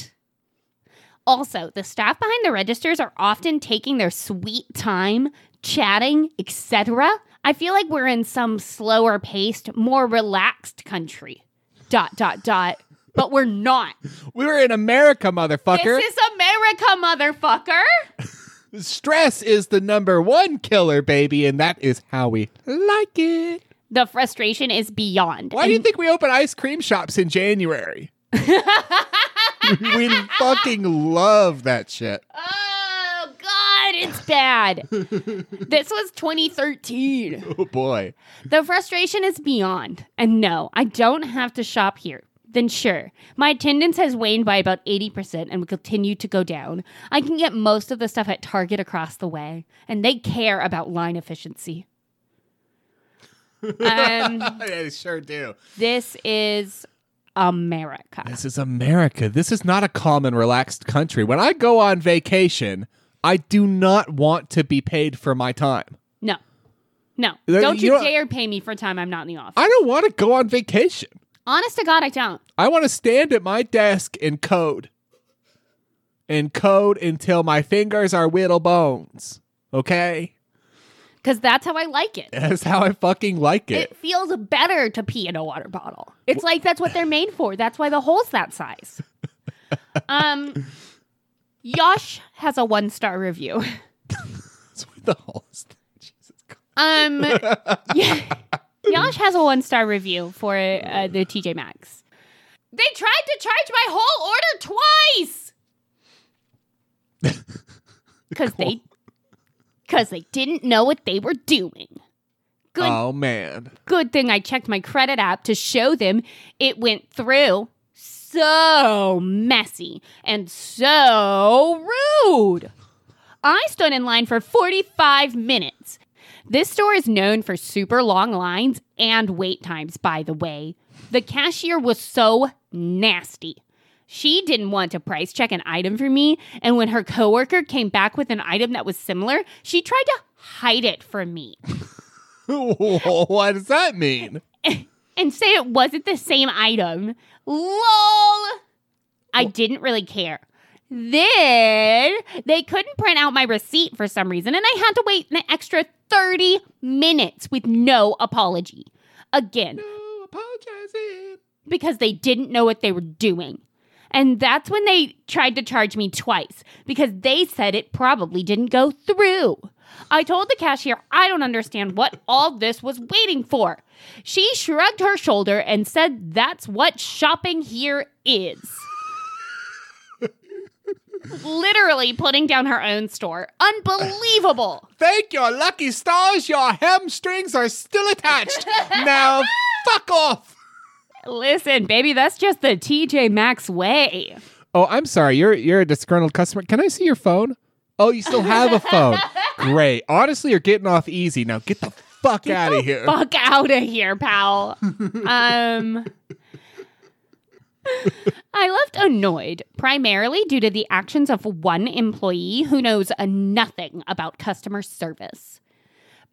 A: Also, the staff behind the registers are often taking their sweet time, chatting, etc. I feel like we're in some slower paced, more relaxed country. Dot, dot, dot. But we're not.
B: We were in America, motherfucker.
A: This is America, motherfucker.
B: Stress is the number one killer, baby, and that is how we like it.
A: The frustration is beyond.
B: Why do you think we open ice cream shops in January? we fucking love that shit.
A: Oh, God, it's bad. this was 2013.
B: Oh boy.
A: The frustration is beyond. And no, I don't have to shop here. Then sure, my attendance has waned by about 80% and will continue to go down. I can get most of the stuff at Target across the way, and they care about line efficiency. um,
B: They sure do.
A: this is America.
B: This is America. This is not a calm and relaxed country. When I go on vacation, I do not want to be paid for my time.
A: No, no.
B: That-
A: Don't
B: you
A: you
B: know-
A: dare pay me for time I'm not in the office.
B: I don't want to go on vacation.
A: Honest to God, I don't.
B: I want to stand at my desk and code. And code until my fingers are whittle bones. Okay?
A: Because that's how I like it.
B: That's how I fucking like it.
A: It feels better to pee in a water bottle. It's like that's what they're made for. That's why the hole's that size. Um, Yosh has a one star review.
B: That's what the whole Jesus Christ.
A: Um, yeah, Yosh has a one star review for uh, the TJ Maxx. They tried to charge my whole order twice because they because they didn't know what they were doing. Good
B: Oh man.
A: good thing I checked my credit app to show them it went through. So messy and so rude. I stood in line for 45 minutes. This store is known for super long lines and wait times, by the way. The cashier was so nasty. She didn't want to price check an item for me, and when her coworker came back with an item that was similar, she tried to hide it from me.
B: what does that mean?
A: and say it wasn't the same item. LOL! I didn't really care. Then they couldn't print out my receipt for some reason, and I had to wait an extra 30 minutes with no apology. Again,
B: No apologizing.
A: because they didn't know what they were doing. And that's when they tried to charge me twice because they said it probably didn't go through. I told the cashier I don't understand what all this was waiting for. She shrugged her shoulder and said that's what shopping here is. Literally putting down her own store. Unbelievable.
B: Thank your lucky stars, your hamstrings are still attached. now fuck off.
A: Listen, baby, that's just the TJ Maxx way.
B: Oh, I'm sorry. You're you're a disgruntled customer. Can I see your phone? Oh, you still have a phone. Great. Honestly, you're getting off easy. Now get the fuck out of here.
A: fuck out of here, pal. um I left annoyed primarily due to the actions of one employee who knows nothing about customer service.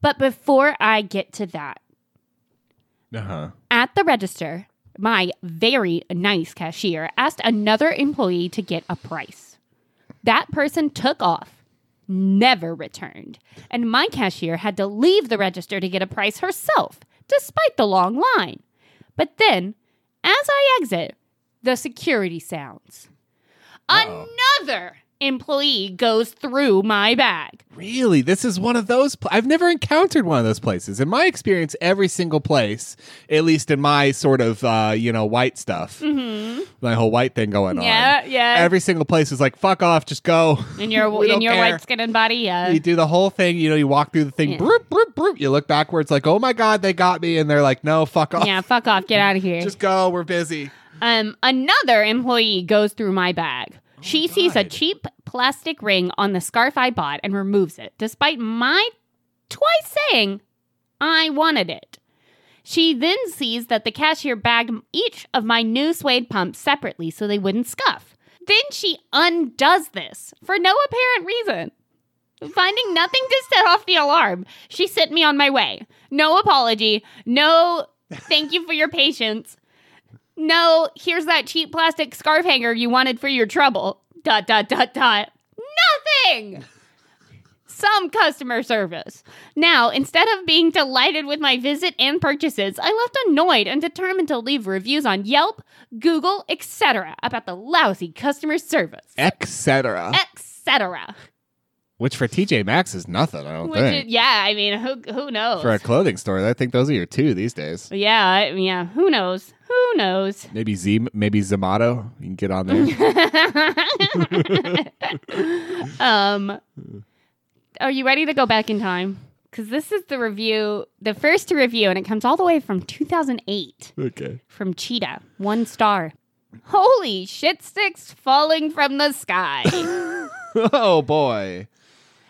A: But before I get to that,
B: Uh-huh.
A: at the register, my very nice cashier asked another employee to get a price. That person took off, never returned, and my cashier had to leave the register to get a price herself. despite the long line. But then, as I exit, the security sounds.
B: Uh-oh.
A: Another employee goes through my bag.
B: Really? This is one of those. Pl- I've never encountered one of those places. In my experience, every single place, at least in my sort of, uh, you know, white stuff,
A: Mm-hmm.
B: my whole white thing going on,
A: Yeah, yeah.
B: every single place is like, fuck off, just go.
A: in your
B: We
A: in
B: don't
A: your
B: care.
A: white skin and body, yeah.
B: You do the whole thing, you know, you walk through the thing,
A: Yeah.
B: broop, broop, broop. You look backwards, like, oh my God, they got me. And they're like, no, fuck off.
A: Yeah, fuck off, get out of here.
B: Just go, we're busy.
A: Um, another employee goes through my bag. she
B: Oh my
A: sees a
B: God.
A: cheap plastic ring on the scarf I bought and removes it, despite my twice saying I wanted it. She then sees that the cashier bagged each of my new suede pumps separately so they wouldn't scuff. Then she undoes this for no apparent reason. Finding nothing to set off the alarm, she sent me on my way. No apology, no thank you for your patience. No, here's that cheap plastic scarf hanger you wanted for your trouble. Dot, dot, dot, dot. Nothing! Some customer service. Now, instead of being delighted with my visit and purchases, I left annoyed and determined to leave reviews on Yelp, Google, etc. about the lousy customer service,
B: Etc.
A: etc.
B: Which for TJ Maxx is nothing, I don't
A: Which is,
B: think.
A: yeah, I mean, who who knows?
B: for a clothing store, I think those are your two these days.
A: yeah, I- yeah, who knows? Who knows?
B: Maybe Z, maybe Zamato. You can get on there.
A: um, are you ready to go back in time? Because this is the review, the first review, and it comes all the way from 2008
B: okay.
A: from Cheetah, one star. Holy shit sticks falling from the sky.
B: Oh boy.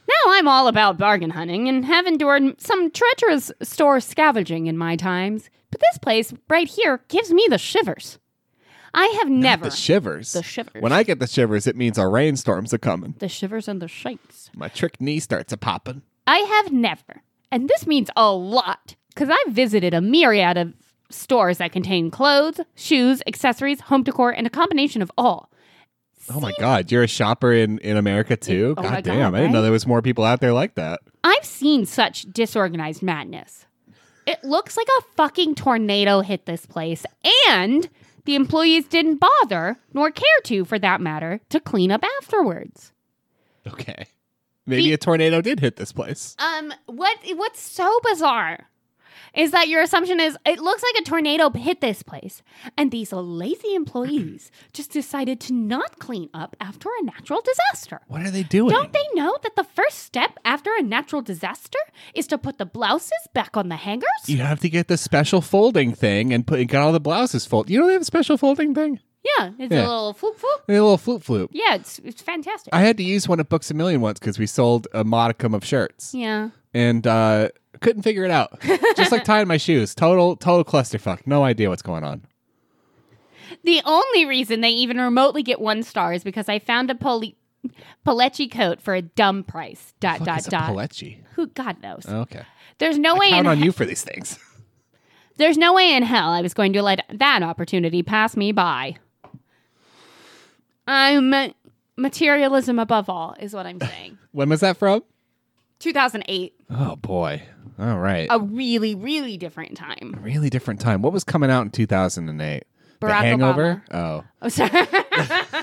A: now I'm all about bargain hunting and have endured some treacherous store scavenging in my times, but this place right here gives me the shivers. I have
B: Not
A: never
B: The shivers.
A: the shivers.
B: when I get the shivers, it means our rainstorms are coming.
A: the shivers and the shakes.
B: My trick knee starts a popping.
A: I have never, and this means a lot, because I've visited a myriad of stores that contain clothes, shoes, accessories, home decor, and a combination of all.
B: Oh my god, you're a shopper in, in America too?
A: Oh
B: god
A: my God,
B: damn, I didn't know
A: right?
B: there was more people out there like that.
A: I've seen such disorganized madness. It looks like a fucking tornado hit this place, and the employees didn't bother, nor care to, for that matter, to clean up afterwards.
B: Okay. Maybe
A: The-
B: a tornado did hit this place.
A: Um, what what's so bizarre is that your assumption is it looks like a tornado hit this place, and these lazy employees just decided to not clean up after a natural disaster.
B: What are they doing?
A: Don't they know that the first step after a natural disaster is to put the blouses back on the hangers?
B: you have to get the special folding thing and put got all the blouses folded. You know they have a special folding thing?
A: yeah, it's
B: Yeah.
A: a little floop floop.
B: They have a little floop floop.
A: Yeah, it's it's fantastic.
B: I had to use one at Books a Million once because we sold a modicum of shirts
A: yeah.
B: and uh, couldn't figure it out. Just like tying my shoes. Total, total clusterfuck. No idea what's going on.
A: The only reason they even remotely get one star is because I found a poli- Paletti coat for a dumb price. Dot
B: Fuck
A: dot
B: is a
A: dot.
B: Palechi?
A: Who God knows.
B: Okay.
A: There's no way in
B: Count on
A: he-
B: you for these things.
A: there's no way in hell I was going to let that opportunity pass me by. I'm materialism above all is what I'm saying.
B: When was that from?
A: 2008,
B: Oh boy. All right.
A: a really really different time.
B: really different time. What was coming out in 2008? the
A: Barack
B: Hangover?
A: Oh, sorry.
B: Oh.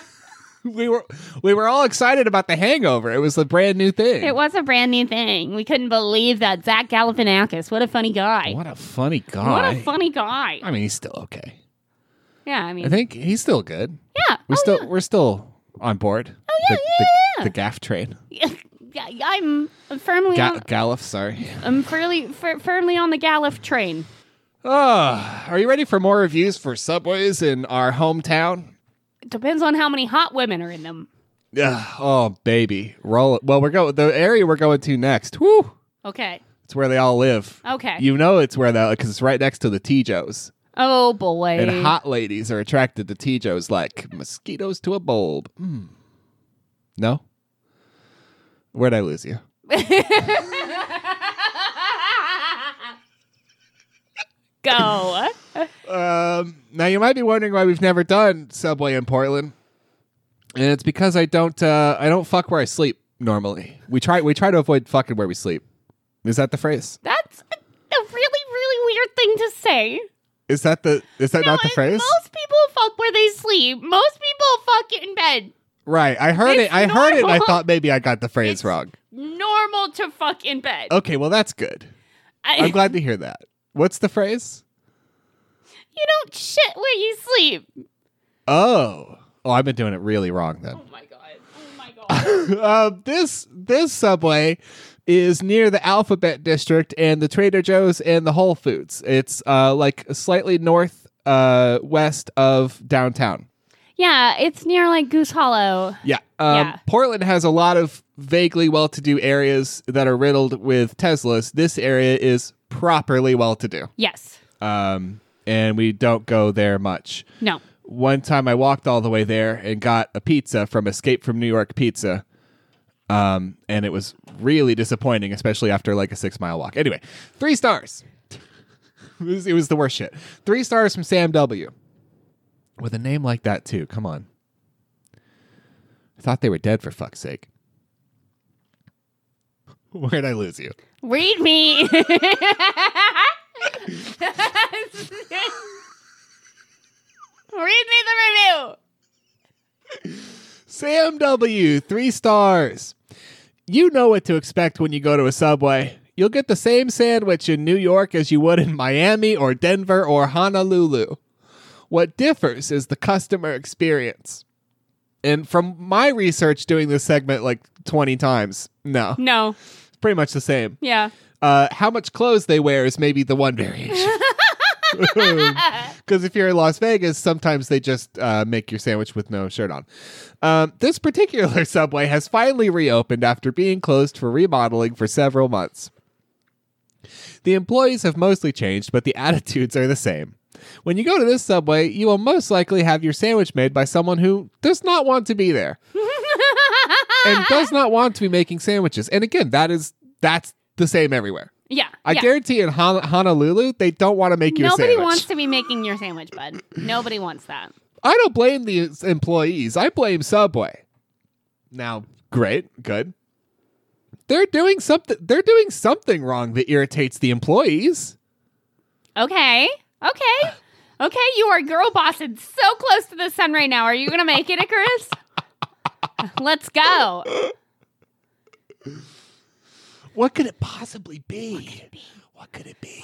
B: We were we were all excited about the Hangover. It was the brand new thing.
A: it was a brand new thing. We couldn't believe that Zach Galifianakis. What a funny guy.
B: What a funny guy.
A: What a funny guy.
B: I mean, he's still okay.
A: Yeah, I
B: I
A: mean,
B: think he's still good.
A: yeah.
B: We're
A: Oh,
B: still we're still on board. Oh yeah, the, yeah, the, the gaff train.
A: yeah. Yeah, I'm firmly
B: Ga-
A: on,
B: Gallif, sorry.
A: I'm fairly, fir- firmly on the Galif train.
B: Oh, are you ready for more reviews for subways in our hometown?
A: Depends on how many hot women are in them.
B: Ugh, oh baby, roll it. Well, we're going the area we're going to next. Whew.
A: Okay.
B: It's where they all live.
A: Okay.
B: You know it's where that because it's right next to the Tejos,
A: oh boy.
B: and hot ladies are attracted to Tejos like mosquitoes to a bulb. Mm. No, where'd I lose you?
A: Go.
B: Um, now you might be wondering why we've never done Subway in Portland, and it's because I don't uh, I don't fuck where I sleep normally. We try we try to avoid fucking where we sleep. Is that the phrase?
A: That's a, a really, really weird thing way.
B: Is that the is that
A: No,
B: not the
A: it's-
B: phrase?
A: Most people fuck where they sleep. Most people fuck in bed.
B: Right. I heard
A: It's
B: it. I heard it. and I
A: normal.
B: thought maybe I got the phrase
A: It's-
B: wrong.
A: Normal to fuck in bed.
B: Okay, well that's good.
A: I-
B: Oh, I'm glad to hear that. What's the phrase?
A: you don't shit where you sleep.
B: Oh. Oh, I've been doing it really wrong then.
A: Oh my god. Oh my god.
B: uh, this this subway is near the Alphabet District and the Trader Joe's and the Whole Foods. It's uh, like slightly north uh, west of downtown.
A: yeah, it's near like Goose Hollow.
B: Yeah. Um,
A: Yeah.
B: Portland has a lot of vaguely well to do areas that are riddled with Teslas. This area is properly well to do.
A: Yes.
B: Um, and we don't go there much.
A: No.
B: One time I walked all the way there and got a pizza from Escape from New York Pizza. Um, and it was really disappointing, especially after like a six mile walk. Anyway, three stars. it, was, it was the worst shit. Three stars from Sam W. With a name like that, too. Come on. I thought they were dead for fuck's sake. Where'd I lose you?
A: Read me. Read me the review.
B: Sam W, three stars. You know what to expect when you go to a subway. You'll get the same sandwich in New York as you would in Miami or Denver or Honolulu. What differs is the customer experience. And from my research doing this segment like 20 times, no,
A: No.
B: it's pretty much the same.
A: Yeah.
B: Uh, how much clothes they wear is maybe the one variation. Because if you're in Las Vegas, sometimes they just uh, make your sandwich with no shirt on. Um, this particular subway has finally reopened after being closed for remodeling for several months. The employees have mostly changed, but the attitudes are the same. When you go to this subway, you will most likely have your sandwich made by someone who does not want to be there and does not want to be making sandwiches. And again, that is that's the same everywhere.
A: yeah.
B: I
A: yeah.
B: guarantee in Hon- Honolulu, they don't want to make you a
A: Nobody
B: sandwich.
A: wants to be making your sandwich, bud. Nobody wants that.
B: I don't blame the employees. I blame Subway. Now, great, good. They're doing something. They're doing something wrong that irritates the employees.
A: Okay. Okay. Okay, you are girl bossing so close to the sun right now. Are you gonna make it, Icarus? Let's go. Oh
B: What could it possibly be? What could it be?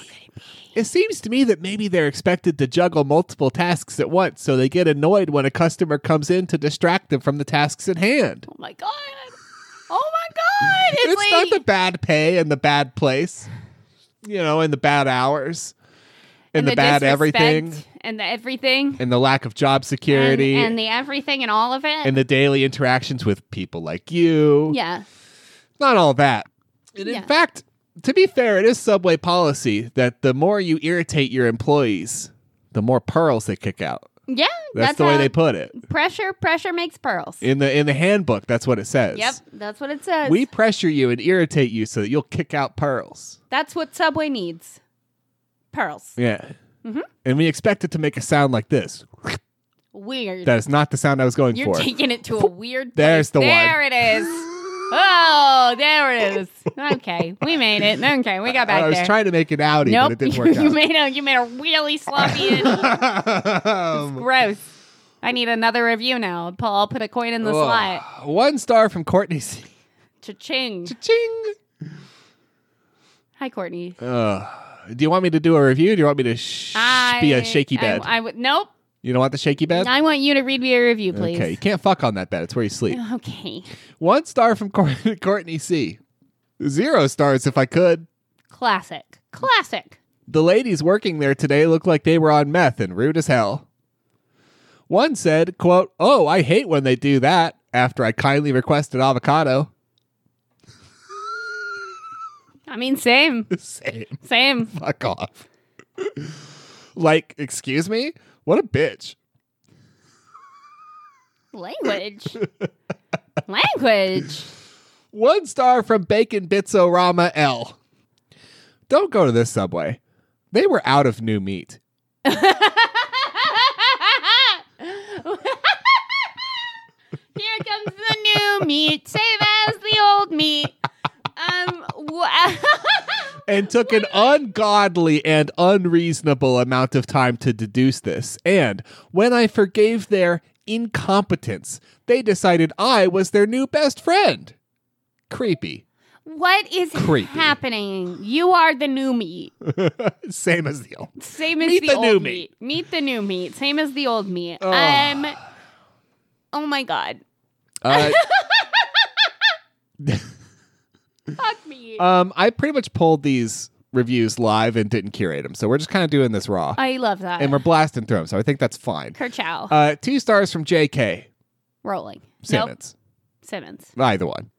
B: It seems to me that maybe they're expected to juggle multiple tasks at once, so they get annoyed when a customer comes in to distract them from the tasks at hand.
A: Oh my god. Oh my god. It's, like
B: It's not the bad pay and the bad place, you know, and the bad hours, and,
A: and
B: the, bad
A: disrespect
B: everything.
A: and the everything
B: and the lack of job security
A: and, and the everything and all of it.
B: daily interactions with people like you.
A: yeah.
B: Not all that. And
A: Yeah.
B: in fact, to be fair, it is subway policy that the more you irritate your employees, the more pearls they kick out.
A: Yeah.
B: That's, the way
A: how-
B: they put it.
A: pressure pressure makes pearls.
B: In the in the handbook, that's what it says.
A: Yep, that's what it says.
B: We pressure you and irritate you so that you'll kick out pearls.
A: that's what Subway needs. Pearls.
B: Yeah.
A: Mhm.
B: And we expect it to make a sound like this.
A: Weird.
B: That is not the sound I was going
A: You're
B: for.
A: taking it to a weird. place.
B: There's the one.
A: There it is. Oh, there it is. Okay, we made it. Okay, we got back
B: I was
A: there.
B: trying to make an Audi,
A: nope,
B: but it didn't work
A: you made a you made a really sloppy.
B: out. Um,
A: gross. I need another review now, Paul. I'll put a coin in the slot.
B: Ugh. One star from Courtney. C.
A: Cha-ching.
B: Ching.
A: Hi, Courtney.
B: Ugh. Do you want me to do a review? Do you want me to sh-
A: I
B: be a shaky
A: I-
B: bed?
A: I, would nope.
B: you don't want the shaky bed?
A: I want you to read me a review, please.
B: Okay, you can't fuck on that bed. It's where you sleep.
A: Okay.
B: One star from Cour- Courtney C. Zero stars if I could.
A: Classic. Classic.
B: The ladies working there today looked like they were on meth and rude as hell. One said, quote, Oh, I hate when they do that after I kindly requested avocado.
A: I mean, same,
B: Same.
A: same.
B: fuck off. like, excuse me? What a bitch.
A: Language. Language.
B: One star from Bacon Bitsorama L. Don't go to this subway. They were out of new meat.
A: Here comes the new meat, same as the old meat. Um, wha-
B: and took an ungodly and unreasonable amount of time to deduce this. And when I forgave their incompetence, they decided I was their new best friend. Creepy.
A: What is
B: Creepy.
A: happening? You are the new meat.
B: Same as the old.
A: Same as
B: Meet
A: the,
B: the
A: old
B: new
A: meat. Meet the new meat. Same as the old meat.
B: Ugh.
A: Um Oh my god.
B: Uh,
A: Fuck me.
B: um, I pretty much pulled these reviews live and didn't curate them. So we're just kind of doing this raw.
A: I love that.
B: and we're blasting through them. So I think that's fine.
A: Kerchow.
B: Uh, two stars from JK
A: Rolling. Nope.
B: Simmons.
A: Simmons.
B: Either one.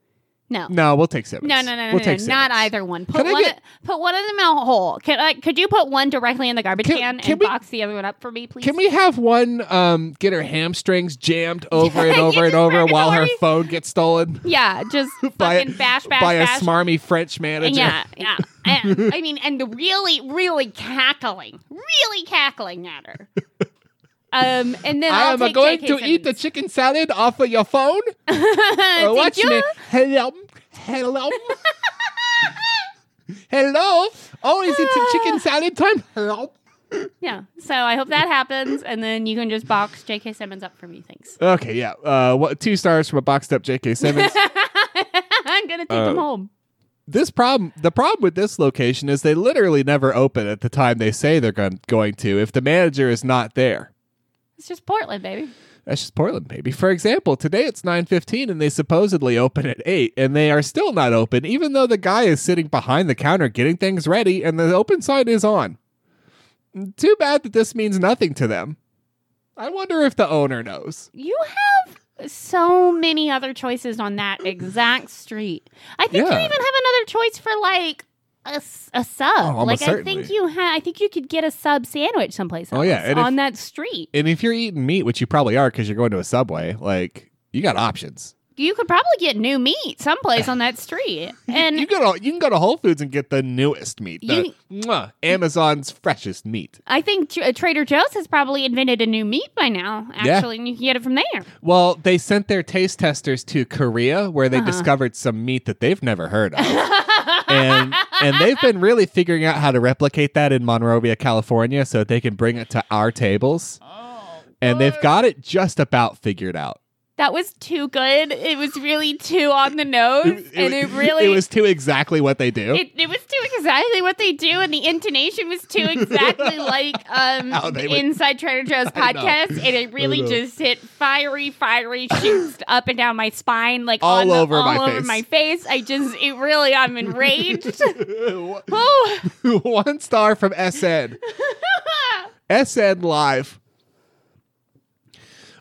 A: No.
B: No, we'll take Simmons.
A: No, no, no, no,
B: We'll
A: no,
B: take
A: no, not
B: Simmons.
A: either one. Put
B: Can I
A: one,
B: get-
A: put one of them out whole. Could I, could you put one directly in the garbage
B: Can-
A: can,
B: can
A: and
B: we-
A: box the other one up for me, please?
B: Can we have one um, get her hamstrings jammed over and
A: Yeah,
B: over and
A: just
B: over
A: fucking
B: while her
A: already-
B: phone gets stolen
A: Yeah, just
B: By-
A: fucking bash, bash,
B: by
A: bash.
B: a smarmy French manager?
A: yeah, yeah. And, I mean, and really, really cackling, really cackling at her. Um, and then
B: I
A: I'll
B: am
A: take
B: going
A: JK
B: to eat the
A: Simmons.
B: chicken salad off of your phone.
A: Did
B: Uh, watch
A: you?
B: me. Hello. Hello. Hello. Oh, is it chicken salad time? Hello.
A: Yeah. So I hope that happens, and then you can just box J.K. Simmons up for me. Thanks.
B: Okay, yeah. Uh, what, two stars from a boxed up J.K. Simmons.
A: I'm gonna take him
B: Uh,
A: home.
B: this problem the problem with this location is they literally never open at the time they say they're gon- going to if the manager is not there
A: It's just Portland, baby.
B: that's just portland baby for example today it's 9.15 and they supposedly open at 8 and they are still not open even though the guy is sitting behind the counter getting things ready and the open sign is on too bad that this means nothing to them i wonder if the owner knows
A: You have so many other choices on that exact street. I think you
B: Yeah.
A: even have another choice for like a, s- a sub.
B: Oh, almost
A: like I
B: certainly.
A: think you ha- I think you could get a sub sandwich someplace.
B: Oh,
A: else
B: yeah, and if-
A: on that street.
B: and if you're eating meat which you probably are because you're going to a subway like you got options
A: You could probably get new meat someplace on that street. And
B: you go to you can go to Whole Foods and get the newest meat, the mwah, Amazon's freshest meat.
A: I think Tr- uh, Trader Joe's has probably invented a new meat by now,
B: Yeah.
A: actually, and you can get it from there.
B: Well, they sent their taste testers to Korea where they
A: Uh-huh.
B: discovered some meat that they've never heard of, and and they've been really figuring out how to replicate that in Monrovia, California, so that they can bring it to our tables.
A: Oh,
B: And they've got it just about figured out.
A: That was too good. It was really too on the nose, and it really
B: it was too exactly what they do.
A: It, it was too exactly what they do, and the intonation was too exactly like um,
B: How they
A: the
B: would-
A: Inside Trader Joe's
B: I know.
A: podcast, and it really
B: know.
A: just hit fiery, fiery shoots up and down my spine, like
B: All
A: on the-
B: over
A: all
B: my
A: over
B: face.
A: my face. I just, it really, I'm enraged. Woo!
B: One star from SN. SN Live.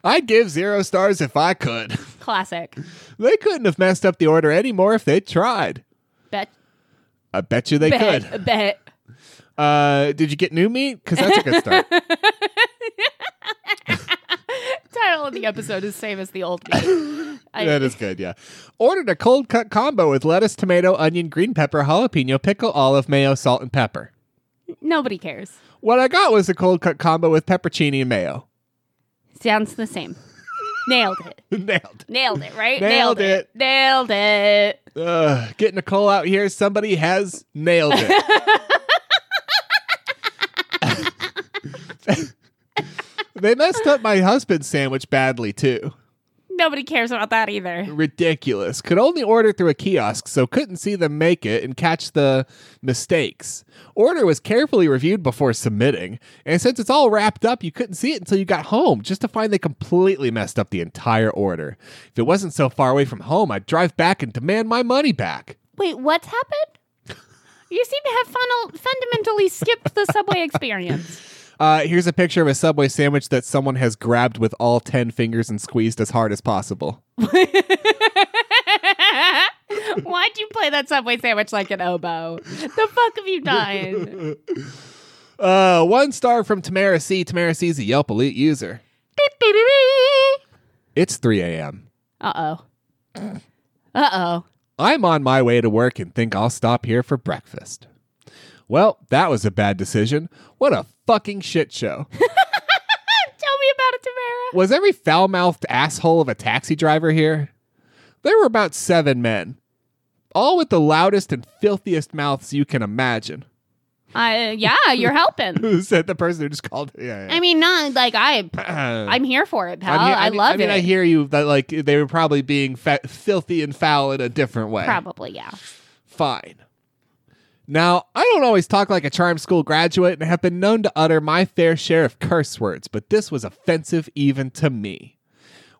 B: I'd give zero stars if I could.
A: Classic.
B: They couldn't have messed up the order any more if they tried.
A: Bet.
B: I bet you they
A: bet.
B: could.
A: Bet.
B: Uh, did you get new meat? Because that's a good start.
A: Title of the episode is same as the old me. I-
B: that is good, yeah. Ordered a cold cut combo with lettuce, tomato, onion, green pepper, jalapeno, pickle, olive, mayo, salt, and pepper.
A: Nobody cares.
B: What I got was a cold cut combo with peppercini and mayo.
A: Sounds the same. Nailed it.
B: Nailed.
A: Nailed it, right?
B: Nailed
A: it. Nailed it.
B: Uh, get Nicole out here. Somebody has nailed it. they messed up my husband's sandwich badly too.
A: Nobody cares about that either.
B: Ridiculous. Could only order through a kiosk, so couldn't see them make it and catch the mistakes. Order was carefully reviewed before submitting, and since it's all wrapped up, you couldn't see it until you got home, just to find they completely messed up the entire order. If it wasn't so far away from home, I'd drive back and demand my money back.
A: Wait, what's happened? You seem to have funnel- fundamentally skipped the subway experience.
B: Uh, here's a picture of a Subway sandwich that someone has grabbed with all 10 fingers and squeezed as hard as possible.
A: Why'd you play that subway sandwich like an oboe? The fuck have you done?
B: Uh, one star from Tamara C. Tamara C is a Yelp Elite user. It's 3 a.m.
A: Uh oh. Uh oh.
B: I'm on my way to work and think I'll stop here for breakfast. Well, that was a bad decision. What a fucking shit
A: Tell
B: show.
A: me about it, Tamara.
B: was every foul mouthed asshole of a taxi driver here? There were about seven men. all with the loudest and filthiest mouths you can imagine.
A: I yeah, you're helping.
B: Who said the person who just called? Yeah, yeah.
A: I mean, not like I.
B: I'm,
A: I'm here for it, pal.
B: hear-
A: I
B: mean-
A: love
B: I mean,
A: it.
B: I hear you that like they were probably being fa- filthy and foul in a different way.
A: Probably, yeah.
B: Fine. Now, I don't always talk like a charm school graduate and have been known to utter my fair share of curse words, but this was offensive even to me.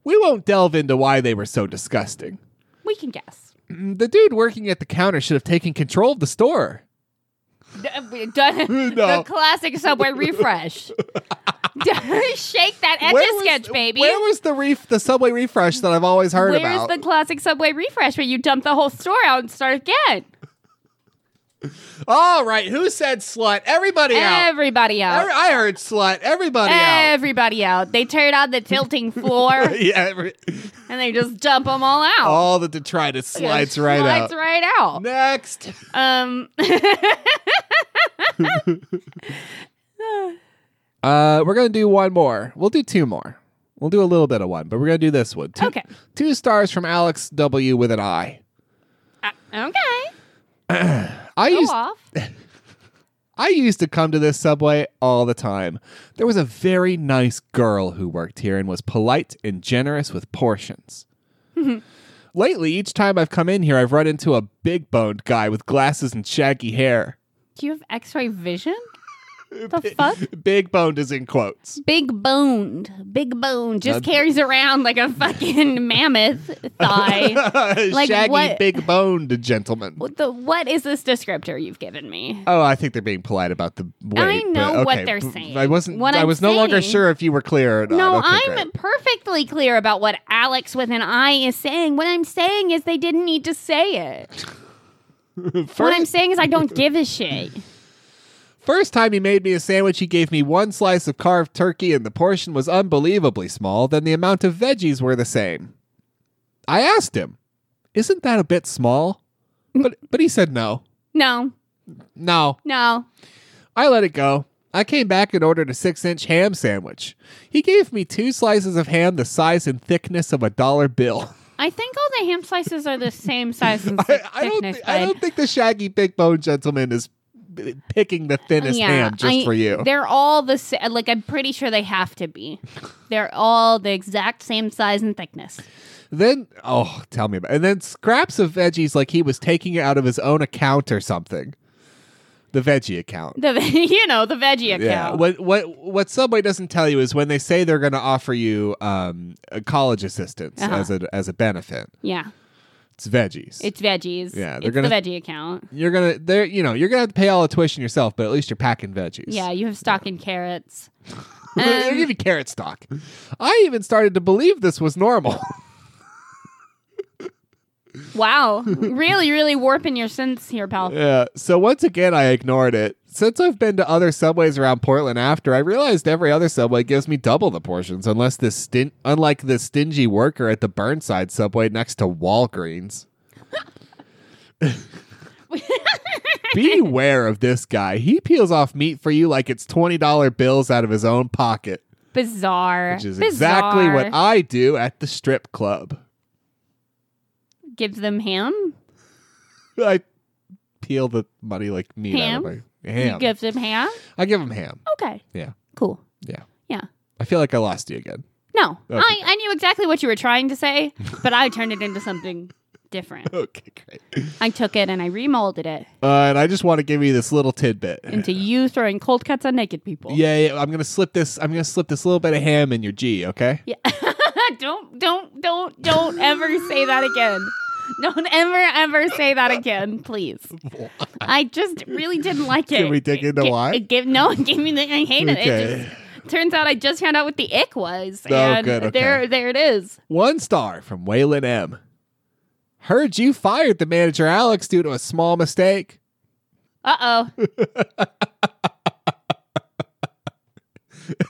B: We won't delve into why they were so disgusting.
A: We can guess.
B: Mm, The dude working at the counter should have taken control of the store.
A: D- uh, we- done- The classic Subway refresh. D- Shake that etch
B: Where
A: a
B: was-
A: sketch, baby.
B: Where was the reef, the subway refresh that I've always heard
A: Where's
B: about?
A: the classic Subway refresh where you dump the whole store out and start again?
B: All right, who said slut? Everybody out.
A: Everybody out.
B: Every- I heard slut. Everybody out.
A: Everybody out. They tear down the tilting floor and
B: yeah, every-
A: they just dump them all out.
B: all the detritus
A: Yeah,
B: slides right out.
A: Slides right out.
B: Next.
A: Um,
B: Uh, we're gonna do one more. We'll do two more. We'll do a little bit of one, but we're gonna do this one. Two,
A: Okay.
B: Two stars from Alex W with an I.
A: uh, okay.
B: I
A: Go
B: used
A: off.
B: I used to come to this subway all the time. There was a very nice girl who worked here and was polite and generous with portions.
A: Mm-hmm.
B: Lately, each time I've come in here, I've run into a big boned guy with glasses and shaggy hair.
A: Do you have x ray vision? The fuck?
B: Big boned is in quotes.
A: Big boned. Big boned. Just
B: That-
A: carries around like a fucking mammoth thigh.
B: shaggy,
A: what-
B: big boned gentleman.
A: What the, what is this descriptor you've given me?
B: Oh, I think they're being polite about the weight.
A: know
B: but,
A: what
B: okay,
A: they're
B: b-
A: saying.
B: I wasn't.
A: What
B: I
A: I'm
B: was no longer
A: saying-
B: sure if you were clear or not.
A: No,
B: Okay,
A: I'm
B: great.
A: perfectly clear about what Alex with an I is saying. What I'm saying is they didn't need to say it. what I'm
B: First,
A: saying is I don't give a shit.
B: first time he made me a sandwich, he gave me one slice of carved turkey, and the portion was unbelievably small. Then the amount of veggies were the same. I asked him, "Isn't that a bit small?" But but he said no.
A: No,
B: No,
A: no.
B: I let it go. I came back and ordered a six inch ham sandwich. He gave me two slices of ham the size and thickness of a dollar bill.
A: I think all the ham slices are the same size and
B: I,
A: thick-
B: I don't.
A: thickness.
B: thi- I don't think the shaggy big bone gentleman is b- picking the
A: bud.
B: thinnest ham just
A: I-
B: for you.
A: They're all the sa- like. I'm pretty sure they have to be. They're all the exact same size and thickness.
B: Then oh, tell me about. And then scraps of veggies like he was taking it out of his own account or something. The veggie account.
A: The you know the veggie account.
B: What what what Subway doesn't tell you is when they say they're going to offer you um, a college assistance
A: Uh-huh.
B: as a as a benefit.
A: yeah,
B: It's veggies.
A: it's veggies.
B: Yeah, they're
A: it's
B: gonna-
A: the veggie account.
B: you're gonna there. You know you're gonna have to pay all the tuition yourself, but at least you're packing veggies.
A: Yeah, you have stock and carrots.
B: They're
A: Um,
B: giving carrot stock. I even started to believe this was normal.
A: Wow, really, really warping your sense here, pal.
B: yeah. So once again, I ignored it. Since I've been to other subways around Portland after, I realized every other subway gives me double the portions, unless this stin- unlike the stingy worker at the Burnside subway next to Walgreens. Beware of this guy. He peels off meat for you like it's $20 bills out of his own pocket,
A: Bizarre.
B: which is exactly what
A: Bizarre.
B: I do at the strip club.
A: give them ham.
B: I peel the money like meat
A: Ham?
B: out of my ham.
A: You give them ham.
B: I give him ham.
A: Okay.
B: Yeah.
A: Cool.
B: Yeah.
A: Yeah.
B: I feel like I lost you again.
A: No,
B: Okay.
A: I, I knew exactly what you were trying to say, but I turned it into something different.
B: Okay, great.
A: I took it and I remolded it
B: Uh, and I just want to give you this little tidbit.
A: into you throwing cold cuts on naked people.
B: yeah, yeah, I'm gonna slip this. I'm gonna slip this little bit of ham in your G. Okay.
A: Yeah. don't don't don't don't ever say that again. Don't ever ever say that again, please. I just really didn't like it.
B: Can we dig into
A: Gi-
B: why?
A: It gave, no, it gave me the I hated it.
B: Okay.
A: It just, turns out I just found out what the ick was,
B: Oh,
A: and
B: good, okay.
A: there there it is.
B: One star from Waylon M. Heard you fired the manager Alex due to a small mistake.
A: Uh oh,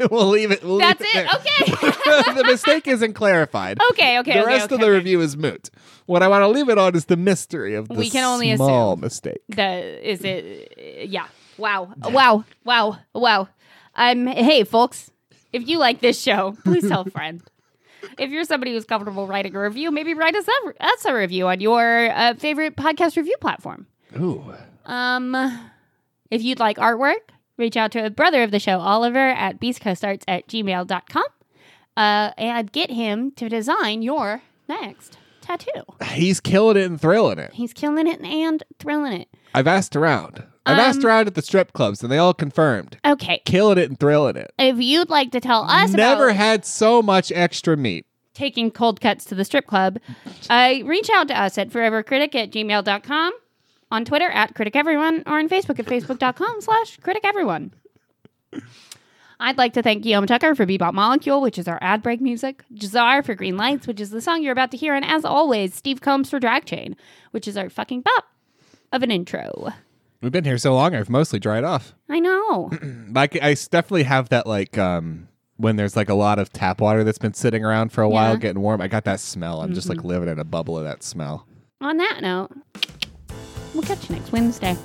B: we'll leave it. We'll leave
A: that's
B: it.
A: it.
B: there.
A: Okay, Oh,
B: the mistake isn't clarified.
A: okay, okay.
B: the
A: okay,
B: rest
A: okay,
B: of the
A: okay.
B: review is moot. What I want to leave it on is the mystery of the
A: We can only
B: small
A: assume.
B: mistake.
A: The is it? Yeah. Wow. Wow. Wow. Wow. Um. Hey, folks, if you like this show, please tell a friend. if you're somebody who's comfortable writing a review, maybe write us a, us a review on your uh, favorite podcast review platform.
B: Ooh.
A: Um, if you'd like artwork, reach out to a brother of the show, Oliver, at beastcoastarts at gmail.com uh, and get him to design your next tattoo.
B: He's killing it and thrilling it.
A: He's killing it and thrilling it.
B: I've asked around. I've asked
A: Um,
B: around at the strip clubs and they all confirmed.
A: Okay.
B: Killing it and thrilling it.
A: If you'd like to tell us
B: Never
A: about
B: had so much extra meat.
A: taking cold cuts to the strip club, uh, reach out to us at forevercritic at gmail.com, on Twitter at criticeveryone, or on Facebook at facebook.com slash criticeveryone. I'd like to thank Guillaume Tucker for Bebop Molecule, which is our ad break music, Jazar for Green Lights, which is the song you're about to hear, and as always, Steve Combs for Drag Chain, which is our fucking bop of an intro.
B: We've been here so long, I've mostly dried off.
A: I know.
B: Like I s- definitely have that like um when there's like a lot of tap water that's been sitting around for a while
A: Yeah. Mm-hmm.
B: getting warm. I got that smell. I'm just like living in a bubble of that smell.
A: on that note, we'll catch you next Wednesday.